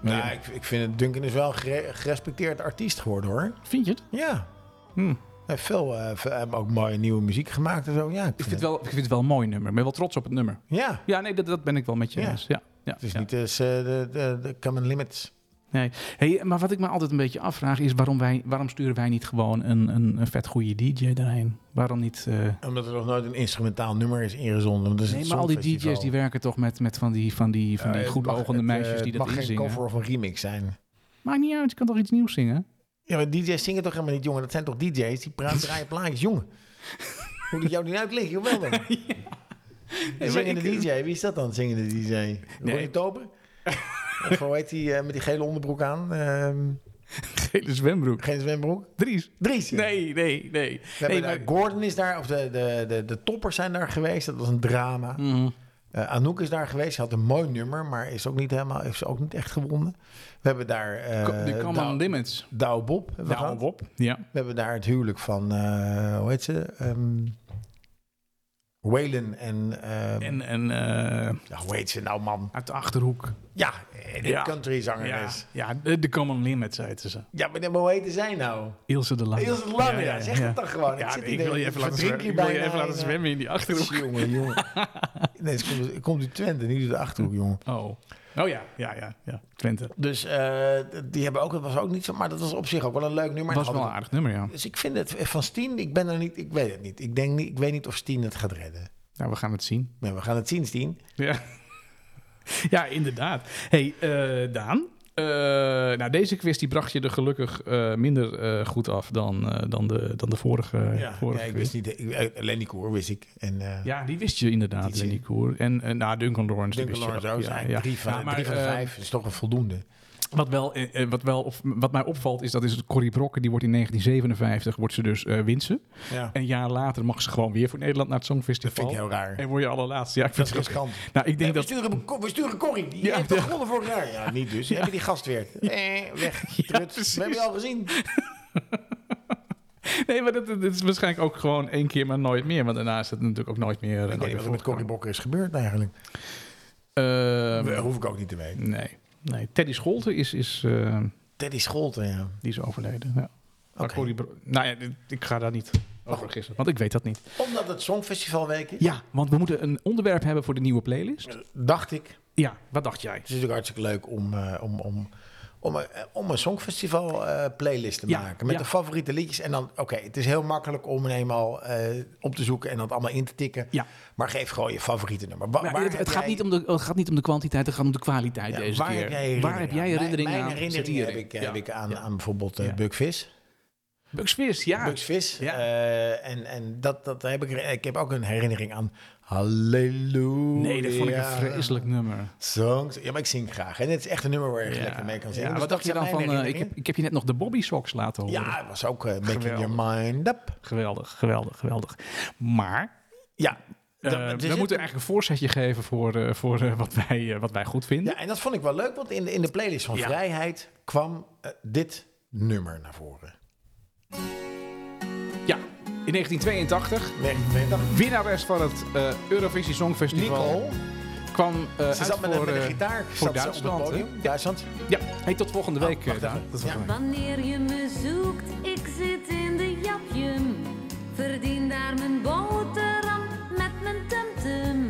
S2: Maar
S1: Nou,
S2: je-
S1: ik, ik vind het, Duncan is wel een gere- gerespecteerd artiest geworden, hoor. Hm.
S2: Vind je het?
S1: Ja. Hij heeft veel, eh, veel- hij heeft ook mooie nieuwe muziek gemaakt en zo. Ja, ik
S2: Ik
S1: vind
S2: vind, het wel, ik vind het wel een mooi nummer. Ik ben wel trots op het nummer.
S1: Ja,
S2: Ja, nee, dat, dat ben ik wel met je
S1: Ja.
S2: eens. Ja. Ja,
S1: het is
S2: ja.
S1: niet eens, eh, de, de, de Common Limits.
S2: Nee. Hey, maar wat ik me altijd een beetje afvraag is waarom, wij, waarom sturen wij niet gewoon een, een, een vet goede DJ daarheen? Waarom niet... eh,
S1: Omdat er nog nooit een instrumentaal nummer is ingezonden. want dat is
S2: Nee,
S1: het
S2: maar al die
S1: Songfestival.
S2: DJ's die werken toch met, met van die, van die, van die
S1: Eh, het mag-
S2: goedogende
S1: het, eh,
S2: meisjes die
S1: het
S2: dat
S1: mag geen
S2: inzingen.
S1: cover of een remix zijn.
S2: Maakt niet uit, je kan toch iets nieuws zingen?
S1: Ja, maar DJ's zingen toch helemaal niet, jongen? Dat zijn toch DJ's die praten, draaien plaatjes, jongen? Moet ik jou niet uitleggen, of wel dan?
S2: maar
S1: De Zingende
S2: ik-
S1: DJ, wie is dat dan, zingende DJ? Nee. Ronnie Tober? of hoe heet die eh, met die gele onderbroek aan? Ehm,
S2: Gele zwembroek.
S1: geen zwembroek?
S2: Dries.
S1: Dries.
S2: Nee, nee, nee.
S1: We
S2: nee
S1: hebben daar- Gordon is daar, of de, de, de, de toppers zijn daar geweest. Dat was een drama.
S2: Mhm.
S1: Eh, Anouk is daar geweest. Ze had een mooi nummer, maar is ook niet helemaal, heeft ze ook niet echt gewonnen. We hebben daar eh nou,
S2: maar- de Common
S1: Dou-
S2: Limits.
S1: Douwe Bob. hebben we gehad.
S2: op. Ja.
S1: We hebben daar het huwelijk van, eh, hoe heet ze? Ehm Waylon en, ehm,
S2: En, en eh,
S1: ja, hoe heet ze nou, man?
S2: uit de Achterhoek.
S1: Ja, de
S2: Ja.
S1: country
S2: Ja,
S1: zangeres. Ja.
S2: ja de, de Common Limits heette ze.
S1: maar maar hoe heette zij nou?
S2: Ilse de Lange.
S1: Ilse de Lange, ja, zeg het dan gewoon. Ik
S2: Ja,
S1: zit
S2: ik,
S1: hier
S2: wil
S1: de-
S2: je
S1: ik
S2: even laten,
S1: verdrink
S2: zwemmen.
S1: hier
S2: Ik wil je
S1: bijna
S2: even laten
S1: in, eh,
S2: zwemmen in die Achterhoek.
S1: Jongen, jongen. Nee, ze komt, komt uit Twente, niet uit de Achterhoek, jongen.
S2: Oh, oh ja, ja, ja, ja. Twente.
S1: Dus eh, die hebben ook, dat was ook niet zo, maar dat was op zich ook wel een leuk nummer.
S2: was
S1: En
S2: wel een
S1: altijd-
S2: aardig nummer, ja.
S1: Dus ik vind het van Stien, ik ben er niet, ik weet het niet. Ik, denk niet, ik weet niet of Stien het gaat redden.
S2: Nou, we gaan het zien.
S1: Maar we gaan het zien, Stien.
S2: Ja, ja inderdaad. hey, eh, Daan. Eh, nou, deze quiz die bracht je er gelukkig eh, minder eh, goed af dan, eh, dan, de, dan de vorige, vorige
S1: nee, ik wist
S2: quiz.
S1: niet. Ik, eh, Lenny Koer wist ik. En, eh,
S2: Ja, die wist je inderdaad,
S1: Die-
S2: Lenny Koer. En, en nou, Duncan Lawrence. die
S1: Duncan
S2: wist je
S1: Lawrence
S2: ook.
S1: ook
S2: Ja,
S1: zijn.
S2: ja.
S1: Drie van,
S2: Ja, maar,
S1: drie van de
S2: eh,
S1: vijf is toch een voldoende.
S2: Wat, wel, eh, eh, wat, wel, of, wat mij opvalt is dat is Corrie Brokken, die wordt in 1957 wordt ze dus eh winsten.
S1: Ja.
S2: Een jaar later mag ze gewoon weer voor Nederland naar het Songfestival.
S1: Dat vind ik heel raar.
S2: Oh. En word je allerlaatste. Ja, ik
S1: Dat
S2: vind
S1: is
S2: het ook-
S1: riskant.
S2: Nou, ik denk
S1: we,
S2: dat...
S1: sturen, Cor- we sturen Corrie. Die
S2: Ja,
S1: heeft
S2: ja.
S1: toch gewonnen vorig jaar. Ja, niet dus. Heb je die gast weer? Eh, weg. Trut.
S2: precies.
S1: we hebben je al gezien.
S2: Nee, maar dat, dat is waarschijnlijk ook gewoon één keer, maar nooit meer. Want daarna is het natuurlijk ook nooit meer... eh, nooit
S1: Ik weet niet
S2: meer
S1: wat er met Corrie
S2: voorgekomen.
S1: Bokker is gebeurd eigenlijk.
S2: Ehm,
S1: Dat hoef ik ook niet te weten.
S2: nee, nee. Teddy Scholten is, is, eh,
S1: Teddy Scholten, ja.
S2: die is overleden, ja. Maar
S1: Oké.
S2: Corrie Bro- nou ja, dit- ik ga daar niet over gisteren, want ik weet dat niet.
S1: Omdat het Songfestivalweek is,
S2: Ja, want we moeten een onderwerp hebben voor de nieuwe playlist.
S1: dacht ik. Het
S2: Ja, wat dacht jij?
S1: is natuurlijk hartstikke leuk om, eh, om, om, om, een- eh, om een Songfestival eh, playlist te
S2: Ja,
S1: maken. Met
S2: ja.
S1: de favoriete liedjes. En dan, oké, het is heel makkelijk om een eenmaal eh, op te zoeken en dat allemaal in te tikken.
S2: Ja.
S1: Maar geef gewoon je favoriete nummer. Wa-
S2: Maar
S1: waar
S2: het,
S1: heb
S2: het gaat
S1: jij-
S2: niet om de, het gaat niet om de kwantiteit, het gaat om de kwaliteit
S1: Ja,
S2: deze
S1: waar
S2: keer.
S1: Heb jij herinneringen
S2: waar heb jij
S1: aan?
S2: herinnering
S1: mijn,
S2: aan?
S1: Mijn
S2: Zit
S1: herinnering heb
S2: hierin.
S1: ik, eh, heb
S2: Ja.
S1: ik aan, aan bijvoorbeeld eh
S2: Ja.
S1: Buck Vis.
S2: Bugs Fizz, ja.
S1: Bugs Vis.
S2: Ja.
S1: Eh, en en dat, dat heb ik, er- ik heb ook een herinnering aan. Halleluja.
S2: Nee, dat vond ik een vreselijk nummer.
S1: Songs. Ja, maar ik zing graag. En het is echt een nummer waar je lekker mee kan zingen.
S2: Ja,
S1: Dus
S2: wat dacht je
S1: dat
S2: dan
S1: zijn
S2: van,
S1: mijn
S2: eh, ik, heb,
S1: herinneringen.
S2: ik heb je net nog de Bobby Socks laten horen.
S1: Ja, het was ook eh, Making
S2: Geweldig.
S1: Your Mind Up.
S2: Geweldig, geweldig, geweldig. Maar
S1: Ja. dat-
S2: eh,
S1: er
S2: we
S1: zit-
S2: moeten eigenlijk een voorzetje geven voor, eh, voor eh, wat, wij, eh, wat wij goed vinden.
S1: Ja, en dat vond ik wel leuk, want in, de- in de playlist van
S2: Ja.
S1: Vrijheid kwam eh, dit nummer naar voren.
S2: Ja, in 1982.
S1: Nee, ik weet dat-
S2: Winnares van het eh, Eurovisie Songfestival.
S1: Nicole,
S2: kwam eh, uit
S1: ze zat met, een-
S2: voor,
S1: met een
S2: eh,
S1: gitaar zat ze
S2: voor
S1: op het
S2: Duitsland. hè?
S1: podium. Duitsland.
S2: Ja, hey, tot volgende week. eh, Daan.
S1: even.
S2: Tot volgende
S1: Ja.
S2: week.
S3: Wanneer je me zoekt, ik zit in de japjum. Verdien daar mijn boterham met mijn tumtum.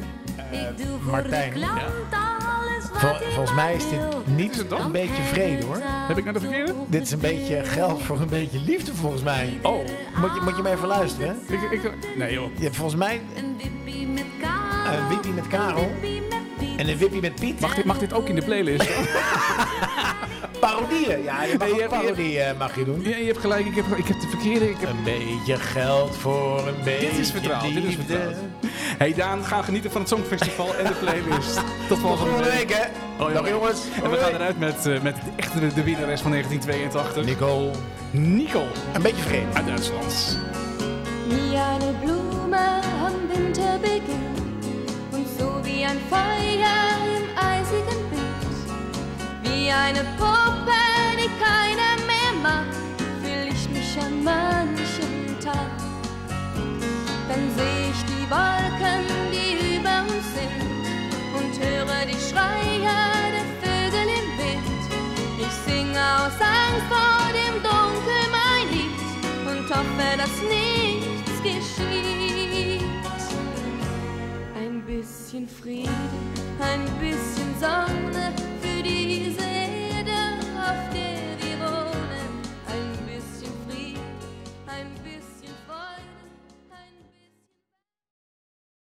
S3: ik doe voor
S1: Eh, Martijn.
S3: de klant alles wat
S1: Vol-
S3: hij
S1: volgens
S3: maar
S1: mij is
S3: wil.
S1: dit niet
S2: het dan?
S1: een beetje vrede hoor.
S2: Heb ik nou de verkeerde?
S1: Dit is een beetje geld voor een beetje liefde volgens mij.
S2: Oh,
S1: Moet je, moet je me even luisteren, hè?
S2: ik, ik, nee joh.
S1: Je hebt volgens mij eh,
S3: Een wippie met kaas.
S1: een wippie met Karel en een wippie met Piet.
S2: Mag dit, mag dit ook in de playlist?
S1: Parodieën, ja, je mag ook
S2: Nee, je hebt- je hebt-
S1: parodieën eh, mag je doen.
S2: ja, je hebt gelijk, ik heb, ik heb de verkeerde. Ik heb...
S1: Een beetje geld voor een beetje
S2: Dit is vertrouwd, dit is
S1: liefde.
S2: vertrouwd. Hey Daan, ga genieten van het Songfestival en de playlist. Tot
S1: Tot
S2: volgende
S1: volgende
S2: week.
S1: week, hè?
S2: Hoi,
S1: Dag
S2: hoi.
S1: jongens.
S2: En we
S1: Hoi.
S2: gaan eruit met, eh, met echt de, de winnares van 1982.
S1: Nicole,
S2: Nico
S1: een beetje vreemd.
S2: uit Duitsland.
S3: Wie eine Blume am Winterbeginn und so wie ein Feuer im eisigen Wind, wie eine Puppe, die keiner mehr mag, fühl ich mich an manchem Tag. Dann seh